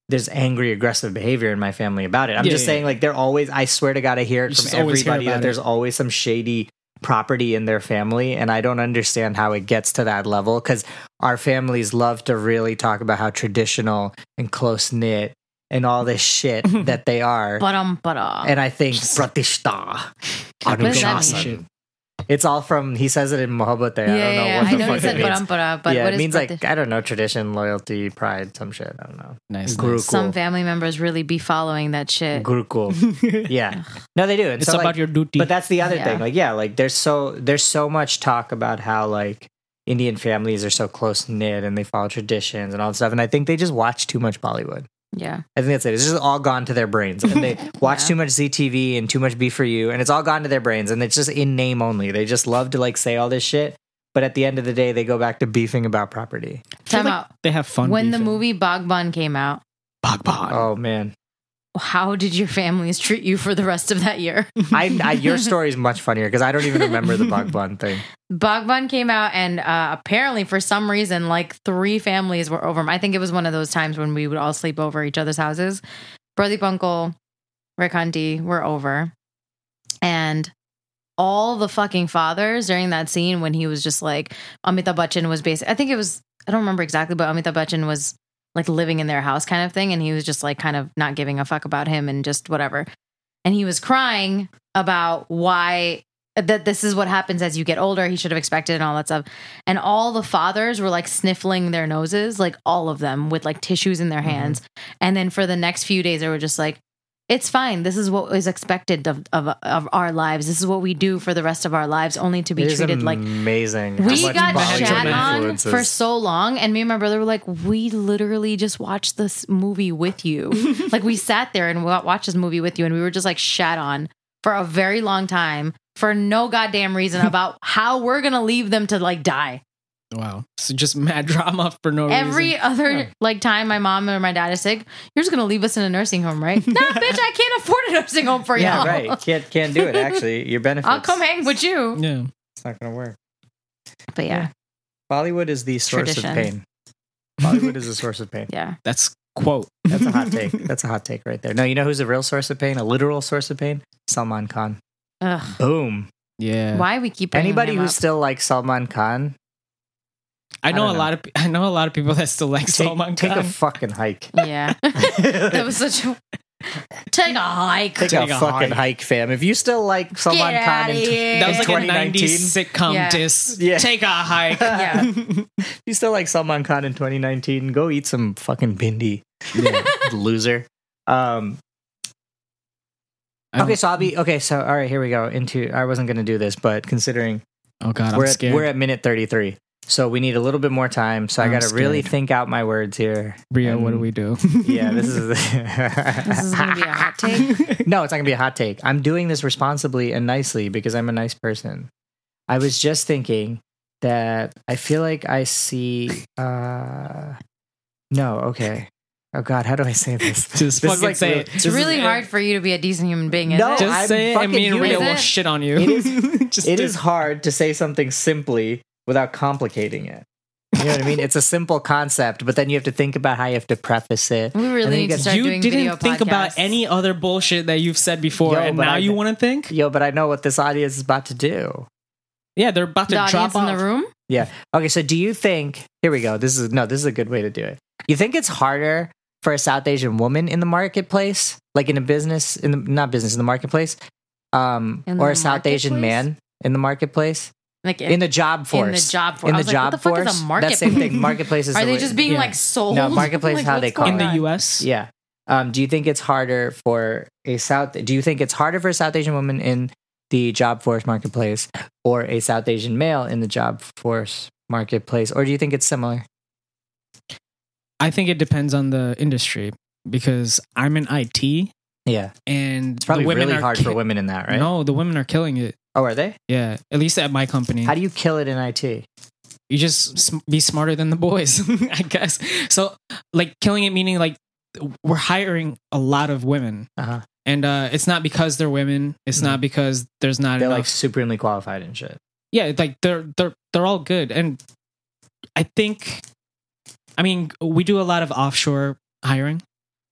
there's angry, aggressive behavior in my family about it. I'm Yeah, just yeah, saying yeah. like they're always. I swear to God, I hear it You just from always hear everybody that about it. there's always some shady property in their family, and I don't understand how it gets to that level because our families love to really talk about how traditional and close knit and all this shit that they are. But um, but uh, and I think Just- pratishta, What does that Anushasan. mean? It's all from he says it in Mohabbat. I yeah, don't know yeah, what I the know fuck you said it but means. um, but uh, but yeah, what it is means but like the- I don't know tradition, loyalty, pride, some shit. I don't know. Nice. Guru- nice. cool. some family members really be following that shit. Gurukul. Yeah, no, they do. And It's so, about like, your duty. but that's the other Yeah. thing. Like, yeah, like there's so there's so much talk about how like Indian families are so close knit and they follow traditions and all that stuff. And I think they just watch too much Bollywood. Yeah, I think that's it. It's just all gone to their brains, and they watch Yeah. too much ZTV and too much Be For You, and it's all gone to their brains, and it's just in name only. They just love to like say all this shit, but at the end of the day, they go back to beefing about property. I feel time like out. They have fun When the beefing. movie Bogban came out, Bhagwan. Oh man, how did your families treat you for the rest of that year? I, I your story is much funnier because I don't even remember the bug bun thing. Bogban came out, and uh, apparently, for some reason, like three families were over him. I think it was one of those times when we would all sleep over each other's houses. Brother Bunkle, Rick Hunty were over. And all the fucking fathers during that scene when he was just like, Amitabh Bachchan was basically, I think it was, I don't remember exactly, but Amitabh Bachchan was like living in their house kind of thing. And he was just like kind of not giving a fuck about him and just whatever. And he was crying about why that this is what happens as you get older. He should have expected and all that stuff. And all the fathers were like sniffling their noses, like all of them with like tissues in their Mm-hmm. hands. And then for the next few days, they were just like, it's fine. This is what is expected of, of, of our lives. This is what we do for the rest of our lives, only to be It is treated like amazing. how we much got Bollywood shat on influences. for so long, and me and my brother were like, we literally just watched this movie with you. like we sat there and wa- watched this movie with you, and we were just like shat on for a very long time for no goddamn reason about how we're gonna leave them to like die. Wow. So just mad drama for no Oh. Every reason. other Yeah. like time my mom or my dad is sick, you're just gonna leave us in a nursing home, right? nah, bitch, I can't afford a nursing home for yeah, y'all. right. Can't can't do it. Actually, your benefits. I'll come hang with you. Yeah. It's not gonna work. But yeah, Bollywood is the source Tradition. of pain. Bollywood is a source of pain. yeah. That's quote. That's a hot take. That's a hot take right there. No, you know who's a real source of pain? A literal source of pain? Salman Khan. Ugh. Boom. Yeah. Why we keep bringing Anybody him who up? still likes Salman Khan, I know I a don't lot of pe- I know a lot of people that still like take, Salman take Khan. a fucking hike. Yeah. that was such a take a hike. Take, Take a, a fucking hike. hike, fam. If you still like Salman Get Khan, outta in, here. t- that was in like a 2019, 90s sitcom Yeah. diss. Yeah. Take a hike. Yeah. if you still like Salman Khan in 2019, go eat some fucking bindi, loser. Um, I okay, don't- so I'll be okay. So all right, here we go. Into I wasn't gonna do this, but considering Oh god, I'm we're at, scared. we're at minute 33 so we need a little bit more time so i I'm gotta really scared. think out my words here Bria, what do and- we do? Mm. yeah this is This is gonna be a hot take. no it's not gonna be a hot take i'm doing this responsibly and nicely because i'm a nice person i was just thinking that i feel like i see uh no okay oh god how do i say this Just This is fucking like say real- it. It's This is- really hard for you to be a decent human being, isn't No, it? Just I'm say it and me and fucking Rhea human. will shit on you. It is- Just it do- is hard to say something simply without complicating it you know what i mean it's a simple concept but then you have to think about how you have to preface it we And then really need you to get- start you doing didn't video think about podcasts. any other bullshit that you've said before Yo, and but now I you did. want to think? yo, but I know what this audience is about to do. Yeah, they're about to the audience drop in off. the room. Yeah. Okay, so do you think here we go. This is no, this is a good way to do it. You think it's harder for a South Asian woman in the marketplace, like in a business in the not business in the marketplace, um In or the a South Asian marketplace? man in the marketplace? Like In the job force. in the job force. In I the was like, job what the fuck force. is That a same marketplace? thing. Marketplace is the Are they way- just being yeah. like sold? No, marketplace is how what's they call going in the on? US. Yeah. Um, do you think it's harder for a South? Do you think it's harder for a South Asian woman in the job force marketplace or a South Asian male in the job force marketplace? Or do you think it's similar? I think it depends on the industry because I'm in IT Yeah. and It's probably the women really are hard ki- for women in that, right? No, the women are killing it. Oh, are they? Yeah, at least at my company. How do you kill it in IT? you just sm- be smarter than the boys, I guess. So, like, killing it meaning like we're hiring a lot of women, Uh-huh. and uh, it's not because they're women. It's not because there's not They're enough. Mm. like supremely qualified and shit. yeah, it's like they're they're they're all good, and I think, I mean, we do a lot of offshore hiring,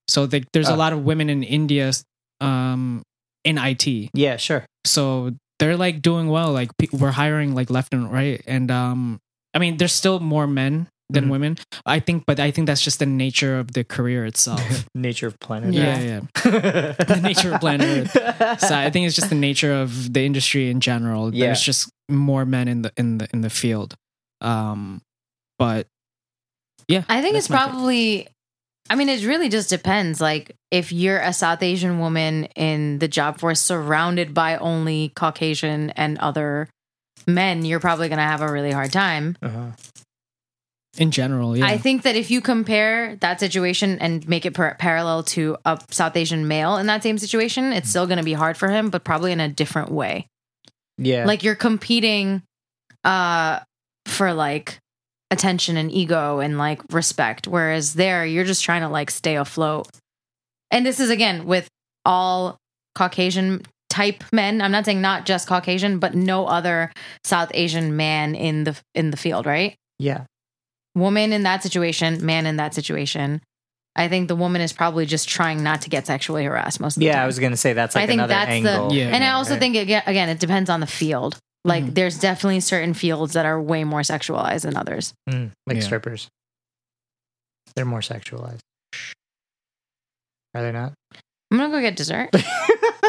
so they, there's Oh. a lot of women in India, um, in IT. Yeah, sure. so they're like doing well like pe- we're hiring like left and right and um i mean there's still more men than Mhm. women i think but i think that's just the nature of the career itself Nature of planet yeah Yeah. yeah, Earth. The nature of planet Earth. so i think it's just the nature of the industry in general Yeah. there's just more men in the in the in the field um but yeah I think that's it's my take. probably. I mean, it really just depends. Like, if you're a South Asian woman in the job force surrounded by only Caucasian and other men, you're probably going to have a really hard time. Uh-huh. in general yeah I think that if you compare that situation and make it par- parallel to a South Asian male in that same situation, Mm. it's still going to be hard for him, but probably in a different way. Yeah. like you're competing uh for like attention and ego and like respect whereas there you're just trying to like stay afloat and this is again with all caucasian type men i'm not saying not just caucasian but no other south asian man in the in the field right yeah. woman in that situation man in that situation i think the woman is probably just trying not to get sexually harassed most of the Yeah, I time was going to say that's I like think another that's the- angle. Yeah. and I right? also think again, again, it depends on the field. Like, Mm-hmm. Mhm. there's definitely certain fields that are way more sexualized than others. Mm, like Yeah. strippers. They're more sexualized. Are they not? I'm gonna go get dessert.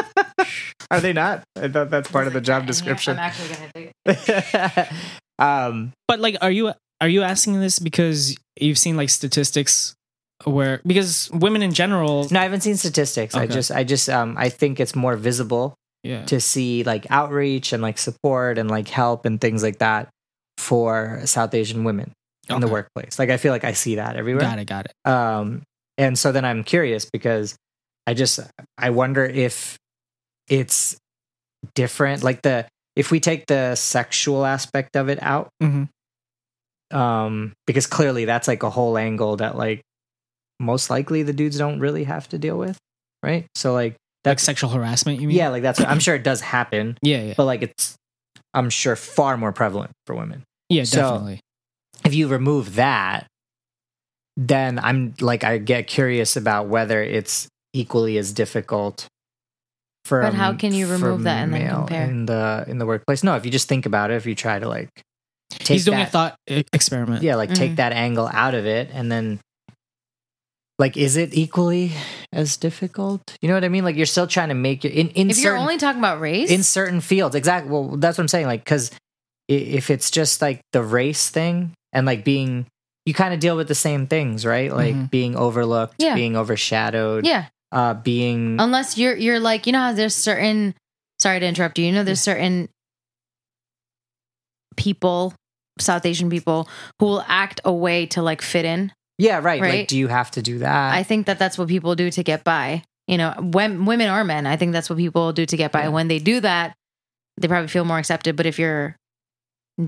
Are they not? I thought that's part of the job description. I'm actually gonna do um, But like, are you are you asking this because you've seen like statistics where because women in general, no, I haven't seen statistics. I Okay. just, I just, um, I think it's more visible yeah, to see like outreach and like support and like help and things like that for South Asian women in the Okay. workplace. Like I feel like I see that everywhere. Got it, got it. um and so then i'm curious because i just i wonder if it's different like the if we take the sexual aspect of it out Mm-hmm. um because clearly that's like a whole angle that like most likely the dudes don't really have to deal with right so like Like that's sexual harassment, you mean? yeah like that's i'm sure it does happen yeah, yeah, but like it's i'm sure far more prevalent for women yeah, So- definitely. if you remove that, then I'm like I get curious about whether it's equally as difficult for. But how um, can you for remove that and then male compare? in the in the workplace? No, if you just think about it, if you try to like take He's doing that, a thought e- experiment. yeah, like take Mhm. that angle out of it, and then like is it equally as difficult? You know what I mean? Like you're still trying to make your in in If you're certain- only talking about race, in certain fields exactly well that's what i'm saying like because if it's just like the race thing and like being you kind of deal with the same things right like Mhm. being overlooked Mm-hmm. Yeah. being overshadowed yeah, Um, uh being unless you're you're like you know how there's certain. Sorry to interrupt you. You know there's certain people, South Asian people, who will act a way to like fit in. yeah right. like Right. do you have to do that I think that that's what people do to get by. You know, when women or men, I think that's what people do to get by. Yeah. When they do that, they probably feel more accepted. But if you're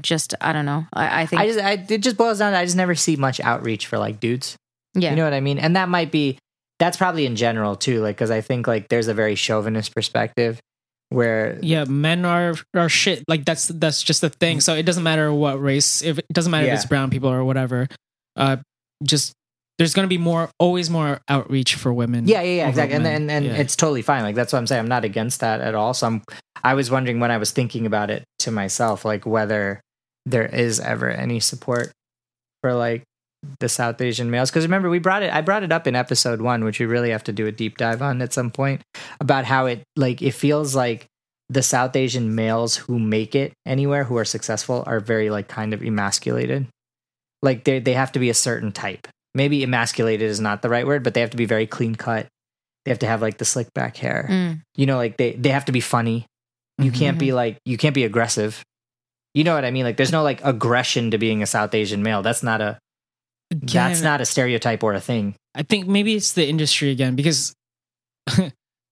just, I don't know, I, I think, I just I, it just boils down to i just never see much outreach for like dudes yeah, you know what i mean and that might be that's probably in general too like because i think like there's a very chauvinist perspective where Yeah, men are are shit. Like that's that's just the thing. So it doesn't matter what race. If it doesn't matter Mm-hmm. Yeah. if it's brown people or whatever, uh, just there's gonna be more, always more outreach for women. Yeah, yeah, yeah, over exactly. And men. and, and Yeah. it's totally fine. Like that's what I'm saying. I'm not against that at all. So I'm I was wondering when I was thinking about it to myself, like whether there is ever any support for like the South Asian males. Because remember we brought it I brought it up in episode one, which we really have to do a deep dive on at some point, about how it like it feels like the South Asian males who make it anywhere who are successful are very like kind of emasculated. Like they they have to be a certain type. Maybe emasculated is not the right word, but they have to be very clean cut. They have to have like the slick back hair. Mm. You know, like they they have to be funny. Mm-hmm. You can't be like you can't be aggressive. You know what I mean? Like there's no like aggression to being a South Asian male. That's not a that's Again, not a stereotype or a thing. I think maybe it's the industry again because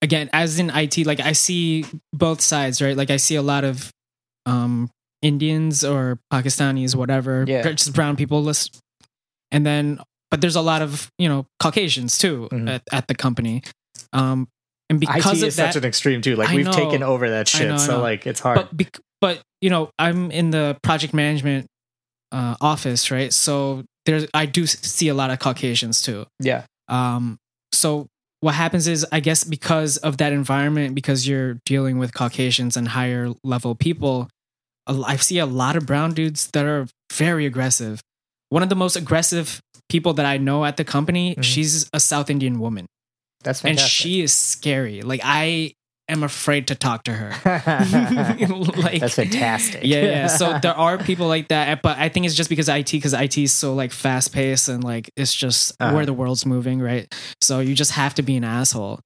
again, as in IT, like I see both sides, right? Like I see a lot of um Indians or Pakistanis, whatever, Yeah. just brown people list. And then but there's a lot of, you know, Caucasians too Mhm. at, at the company. Um and because IT of is that, such an extreme too. Like I we've know. taken over that I shit. know, I so know. like it's hard. but bec- but you know i'm in the project management uh, office right so there's i do s- see a lot of caucasians too yeah. um so what happens is i guess because of that environment because you're dealing with caucasians and higher level people a l- i see a lot of brown dudes that are very aggressive one of the most aggressive people that i know at the company Mhm. she's a south indian woman That's and fantastic. she is scary like i am afraid to talk to her like, Like- that's fantastic. yeah, yeah. So there are people like that, eh, but I think it's just because IT, because IT is so like fast paced and like it's just Uh-huh. where the world's moving, right? So you just have to be an asshole,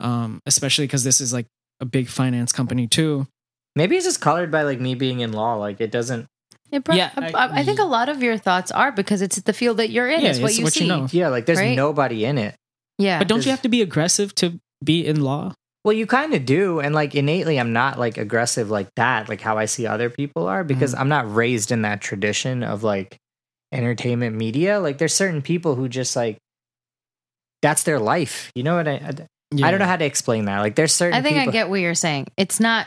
um, especially because this is like a big finance company too. Maybe it's just colored by like me being in law. Like it doesn't. It brought, Yeah, I, I- I think a lot of your thoughts are because it's the field that you're in. Yeah, it's what it's you what you see. know. Yeah, like there's Right? nobody in it. Yeah, But don't you There's- have to be aggressive to be in law? Well, you kind of do, and like innately, I'm not like aggressive like that, like how I see other people are, because Mm. I'm not raised in that tradition of like entertainment media. Like there's certain people who just like that's their life. You know what I? I, I don't know how to explain that. Like there's certain. I think I people- get what you're saying. It's not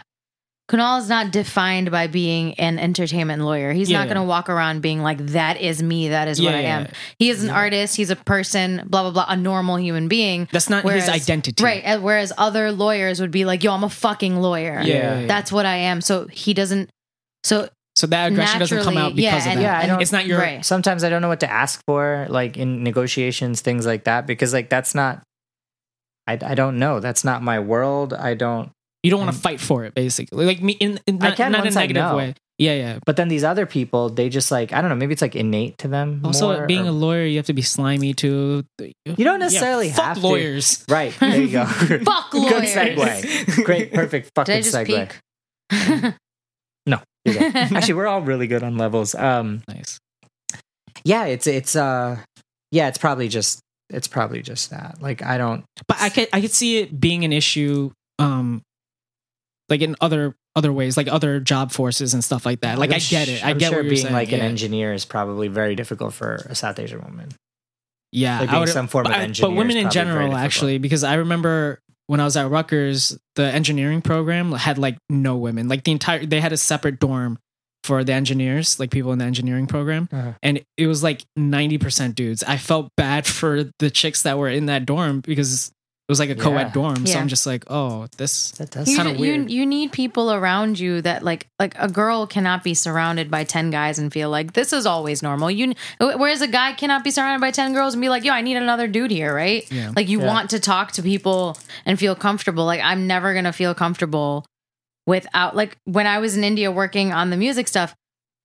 Kunal is not defined by being an entertainment lawyer. He's Yeah, not going to walk around being like that is me, that is what I am. He is an Yeah. artist, he's a person, blah blah blah, a normal human being. That's not Whereas- his identity, Right, and whereas other lawyers would be like, "Yo, I'm a fucking lawyer. Yeah, yeah, yeah. That's what I am." So he doesn't so so that aggression doesn't come out Naturally, yeah, because of and- that. Yeah, I don't- it's not your Right. Sometimes I don't know what to ask for, like in negotiations, things like that, because like that's not. I, I don't know. That's not my world. I don't. you don't want to And- fight for it basically. Like me in, in I not, can not in a once I negative know. way. Yeah, yeah. But then these other people, they just like I don't know. Maybe it's like innate to them. Also, more, being or- a lawyer, you have to be slimy too. You don't necessarily fuck have to. lawyers. Right. There you go. fuck lawyers. Good segue. Great, perfect Did I fucking just segue. peek? You're good. Actually, we're all really good on levels. Um, Nice. yeah, it's it's uh, yeah, it's probably just it's probably just that. Like I don't. But I could I could see it being an issue um like in other other ways, like other job forces and stuff like that. Like I'm i get sh- it. I I'm get sure what you're being saying. like yeah. an engineer is probably very difficult for a South Asian woman. Yeah, Like I being would- some form of but I- engineer. But is women probably in very general, difficult. actually, because I remember when I was at Rutgers, the engineering program had like no women. Like the entire, they had a separate dorm for the engineers, like people in the engineering program, Uh-huh. and it was like ninety percent dudes. I felt bad for the chicks that were in that dorm because it was like a co-ed Yeah. dorm. So Yeah. I'm just like, oh, this. That does You, kinda ju- you, weird. you need people around you that like like a girl cannot be surrounded by 10 guys and feel like this is always normal you whereas a guy cannot be surrounded by 10 girls and be like yo i need another dude here right Yeah. like you Yeah. want to talk to people and feel comfortable like i'm never gonna feel comfortable without like when i was in india working on the music stuff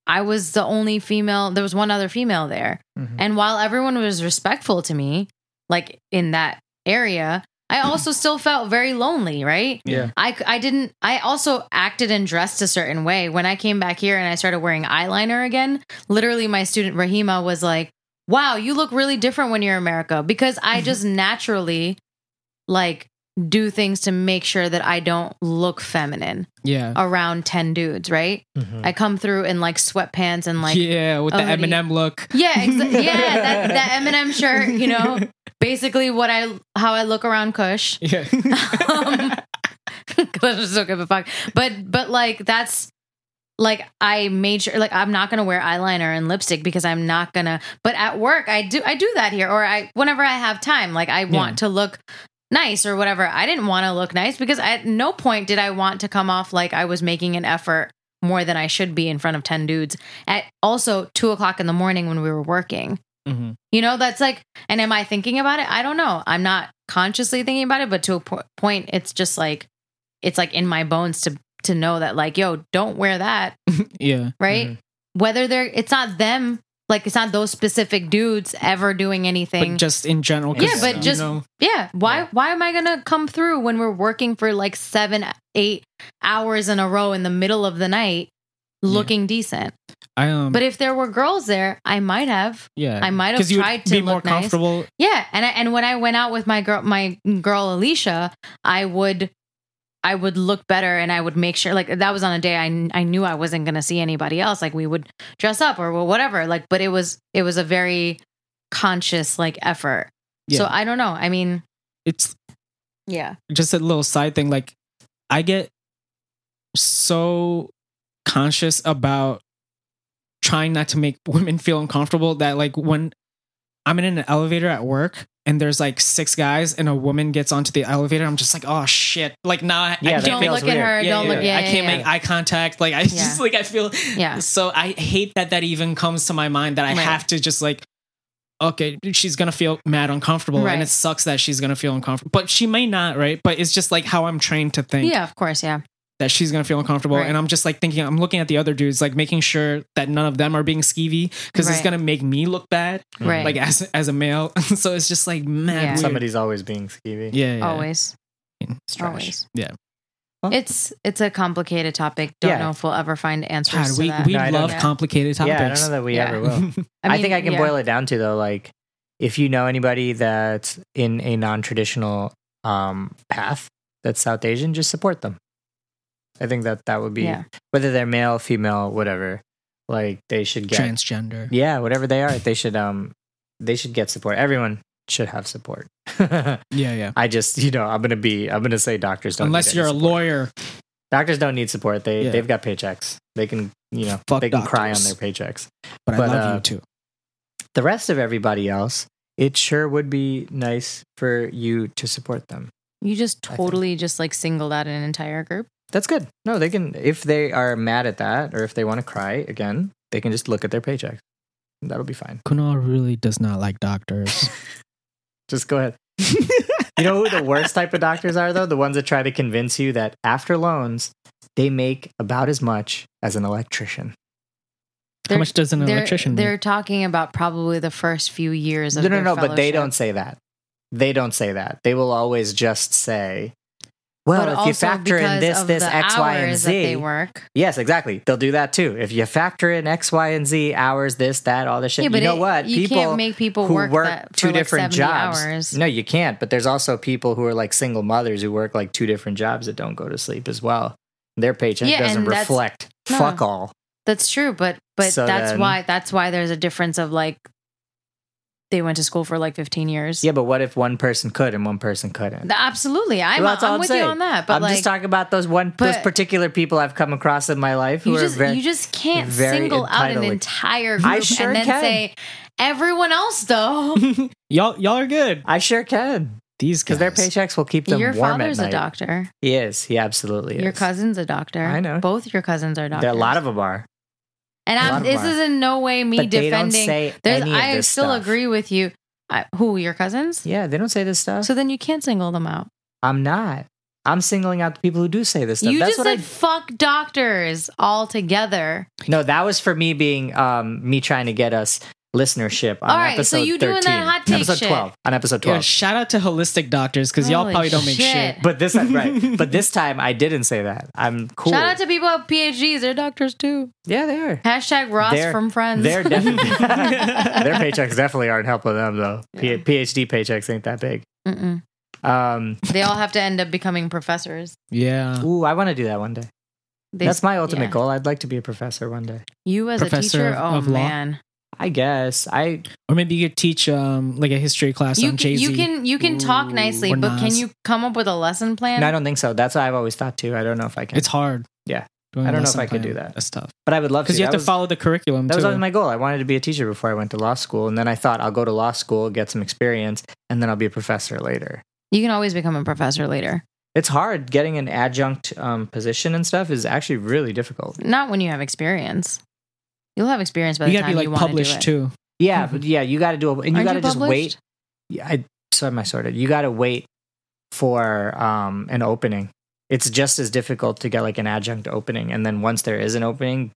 i was the only female there was one other female there Mhm. and while everyone was respectful to me like in that area i also still felt very lonely right Yeah. I, I didn't I also acted and dressed a certain way when I came back here and I started wearing eyeliner again. Literally my student Rahima was like, "Wow, you look really different when you're in America" because I just naturally like do things to make sure that I don't look feminine Yeah. around 10 dudes, right? Mm-hmm. Mhm. I come through in like sweatpants and like "Oh, yeah, with the already- Eminem look. yeah, exa- yeah, that, that Eminem shirt, you know, basically what I how I look around Kush. Yeah. Um, 'cause I just don't give a fuck. But but like that's like I made sure like I'm not gonna wear eyeliner and lipstick because I'm not gonna. But at work I do I do that here or I whenever I have time like I want to look nice or whatever. I didn't want to look nice because at no point did I want to come off like I was making an effort more than I should be in front of ten dudes at also two o'clock in the morning when we were working. Mhm. You know, that's like, and am I thinking about it? I don't know. I'm not consciously thinking about it, but to a po- point, it's just like, it's like in my bones to to know that, like, yo, don't wear that, Yeah. Mm-hmm. right? Whether they're, it's not them Like it's not those specific dudes ever doing anything. but just in general. 'cause, Yeah, but you just- know, yeah. Why why am I gonna come through when we're working for like seven, eight hours in a row in the middle of the night looking decent? I um, But if there were girls there, I might have. yeah, I might have 'Cause you tried would to be more look nice. comfortable. Yeah, and I, and when I went out with my girl, my girl Alicia, I would, I would look better, and I would make sure like that was on a day I kn- I knew I wasn't gonna see anybody else. Like we would dress up or whatever. Like, but it was it was a very conscious like effort. So Yeah. I don't know. I mean, It's yeah, just a little side thing like i get so conscious about trying not to make women feel uncomfortable that like when i'm in an elevator at work and there's like six guys and a woman gets onto the elevator i'm just like oh shit like now I- Yeah, i that don't can't make feels look at weird. her. yeah, don't yeah, look. Yeah, i yeah, can't yeah. make eye contact like i just like i feel Yeah. so i hate that that even comes to my mind that i Right. have to just like okay, she's gonna feel mad uncomfortable, Right. and it sucks that she's gonna feel uncomfortable. But she may not, right? But it's just like how I'm trained to think Yeah, of course. Yeah, that she's gonna feel uncomfortable, Right. and I'm just like thinking, I'm looking at the other dudes, like making sure that none of them are being skeevy because Right. it's gonna make me look bad, Mm-hmm. right. like as as a male. so it's just like mad. Yeah. weird. Somebody's always being skeevy. yeah, yeah, always, It's trash. always. yeah. It's it's a complicated topic. Don't Yeah. know if we'll ever find answers. God, to we that. we No, I don't love know. complicated topics. Yeah, I don't know that we Yeah. ever will. I, mean, think I can yeah. boil it down to though, like if you know anybody that's in a non-traditional um, path that's South Asian, just support them. I think that that would be Yeah. whether they're male, female, whatever. Like they should get, Transgender. yeah, whatever they are, they should um, they should get support. Everyone should have support. Yeah, yeah. I just, you know, I'm gonna be, I'm gonna say doctors don't. Unless need you're a any lawyer, support. doctors don't need support. They Yeah. they've got paychecks. They can, you know, Fuck they can cry on doctors. their paychecks. but, But, I love uh, you too. the rest of everybody else, it sure would be nice for you to support them. You just I think. totally just like singled out an entire group. That's good. No, they can, if they are mad at that or if they want to cry again, they can just look at their paycheck. That'll be fine. Kunal really does not like doctors. Just go ahead. You know who the worst type of doctors are, though? The ones that try to convince you that after loans, they make about as much as an electrician. How much does an they're, electrician? make? They're talking about probably the first few years of No, no, their no, but they fellowship. don't say that. They don't say that. They will always just say, well, But if you also factor in because this, of this, the X, Y, and hours Z, that they work. Yes, exactly. They'll do that too. If you factor in X, Y, and Z hours, this, that, all this shit, yeah, but you know it- what? You people can't make people who work, work, that for two like different 70 jobs. Hours. No, you can't. But there's also people who are like single mothers who work like two different jobs that don't go to sleep as well. Their paycheck Yeah, doesn't and that's- reflect No. fuck all. That's true, but but So that's then- why that's why there's a difference of like they went to school for like 15 years. Yeah, but what if one person could and one person couldn't? Th- Absolutely. I'm, Well, that's all I'm I'm with you saying. on that, but I'm like just talking about those one those but- particular people I've come across in my life who you are just very you just can't very single out an entitled. entire I group sure and then can. say everyone else though. y'all y'all are good. I sure can These because guys. their paychecks will keep them Your warm father's at a night. doctor. He is. He absolutely is. Your cousin's a doctor. I know. Both your cousins are doctors. There are a lot of them are. and a I'm, lot of this them are. is in no way me but they don't defending. say There's, any of I this still stuff. agree with you. I, who your cousins? Yeah, they don't say this stuff. So then you can't single them out. I'm not. I'm singling out the people who do say this stuff. you That's just what said fuck doctors altogether. I. No, that was for me being um me trying to get us listenership on All right, episode so you doing 13. that hot take episode shit. 12 on episode Yeah, 12. shout out to holistic doctors because y'all Holy probably don't make shit. shit. but this right. But this time I didn't say that. I'm cool. Shout out to people with PhDs. They're doctors too. yeah, they are. Hashtag Ross They're- from Friends. They're definitely their paychecks definitely aren't helping them though. Yeah. P- PhD paychecks ain't that big. Mm-mm. Um, They all have to end up becoming professors. Yeah, ooh, I want to do that one day. They- That's my ultimate yeah. goal. I'd like to be a professor one day. You as Professor a teacher, of- oh of law. man, I guess I or maybe you could teach um like a history class you can, on Jay Z. you can you can talk Ooh. nicely, Or but can Nas. you come up with a lesson plan? No, I don't think so. That's what I've always thought too. I don't know if I can. It's hard. Yeah. Doing I don't know lesson if I could plan. do that. That's tough but I would love to. because you have That to was- follow the curriculum That too. was always my goal. I wanted to be a teacher before I went to law school, and then I thought I'll go to law school, get some experience, and then I'll be a professor later. you can always become a professor later. It's hard getting an adjunct um, position and stuff is actually really difficult. Not when you have experience. You'll have experience by the you gotta time be you like want published to do it. too. Yeah, Mhm. but yeah, you got to do, a, and you Aren't got to just published? wait. Yeah, I so am I sort of. You got to wait for um, an opening. It's just as difficult to get like an adjunct opening, and then once there is an opening,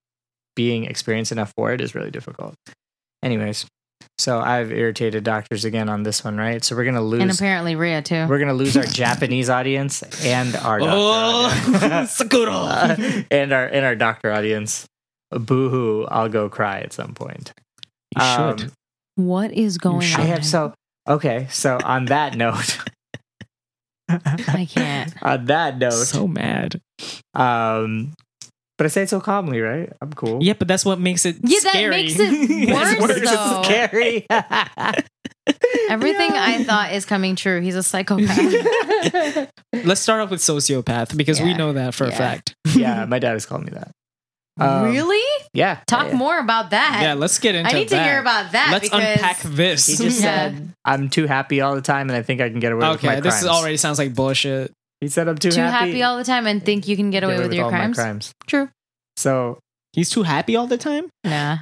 being experienced enough for it is really difficult. Anyways, so I've irritated doctors again on this one, right? So we're gonna lose. and apparently Rhea too. we're gonna lose our Japanese audience and our doctor Oh, audience. Uh, Sakura. and our and our doctor audience. Boo hoo! I'll go cry at some point. You should. Um, what is going should. on? I have so okay. So on that note, I can't. on that note, so mad. um, but I say it so calmly, right? I'm cool. Yeah, but that's what makes it. Yeah, that scary. makes it That's worse, Words though. is scary. Everything I thought is coming true. He's a psychopath. Let's start off with sociopath because we Yeah. know that for a Yeah. fact. yeah, my dad has called me that. Um, really? Yeah. yeah, Talk yeah. more about that. Yeah, let's get into. I need to that. hear about that. Let's because unpack this. He just Yeah. said, "I'm too happy all the time, and I think I can get away with my okay, crimes." this is already sounds like bullshit. He said, "I'm too, Too happy, happy, all the time and think you can get away with, your all crimes. My crimes." True. So He's too happy all the time. Nah.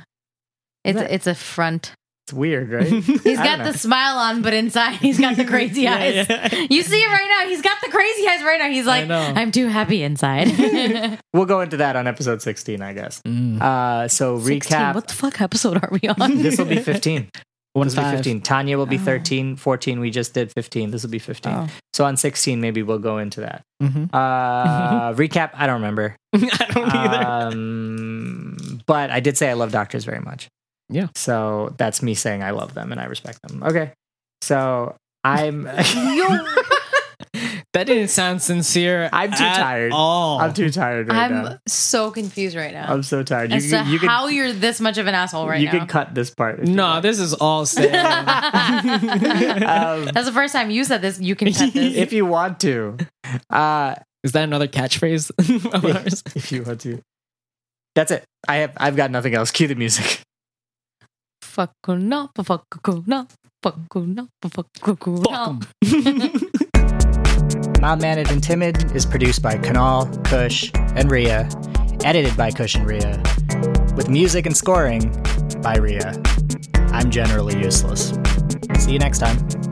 It's That- it's a front. it's weird, right? He's I got don't the know. smile on, but inside he's got the crazy Yeah, eyes. yeah. You see it right now. He's got the crazy eyes right now. He's I like, know. I'm too happy inside. we'll go into that on episode 16, I guess. Mm. Uh, so 16. recap. What the fuck episode are we on? this will be 15. One This will be five. 15. Tanya will be Oh. 13, 14. We just did 15. This will be 15. Oh. So on 16, maybe we'll go into that. Mhm. Uh, recap. I don't remember. I don't either. Um, but I did say I love doctors very much. Yeah. So that's me saying I love them and I respect them. Okay. So I'm that didn't sound sincere. I'm too at tired. All. I'm too tired right now. I'm so confused right now. I'm so tired. as to could- could- how you're this much of an asshole right you now. could cut this part. if you No, like. this is all sad. Um, That's the first time you said this. You can cut this. if you want to. Uh, is that another catchphrase of ours? if you want to. That's it. I have I've got nothing else. Cue the music. Fuck oh, no, fuck oh, no, fuck no, fuck oh, Fuck no. 'em. Mild Mannered and Timid is produced by Kanal, Kush, and Ria, edited by Kush and Ria, with music and scoring by Ria. I'm generally useless. See you next time.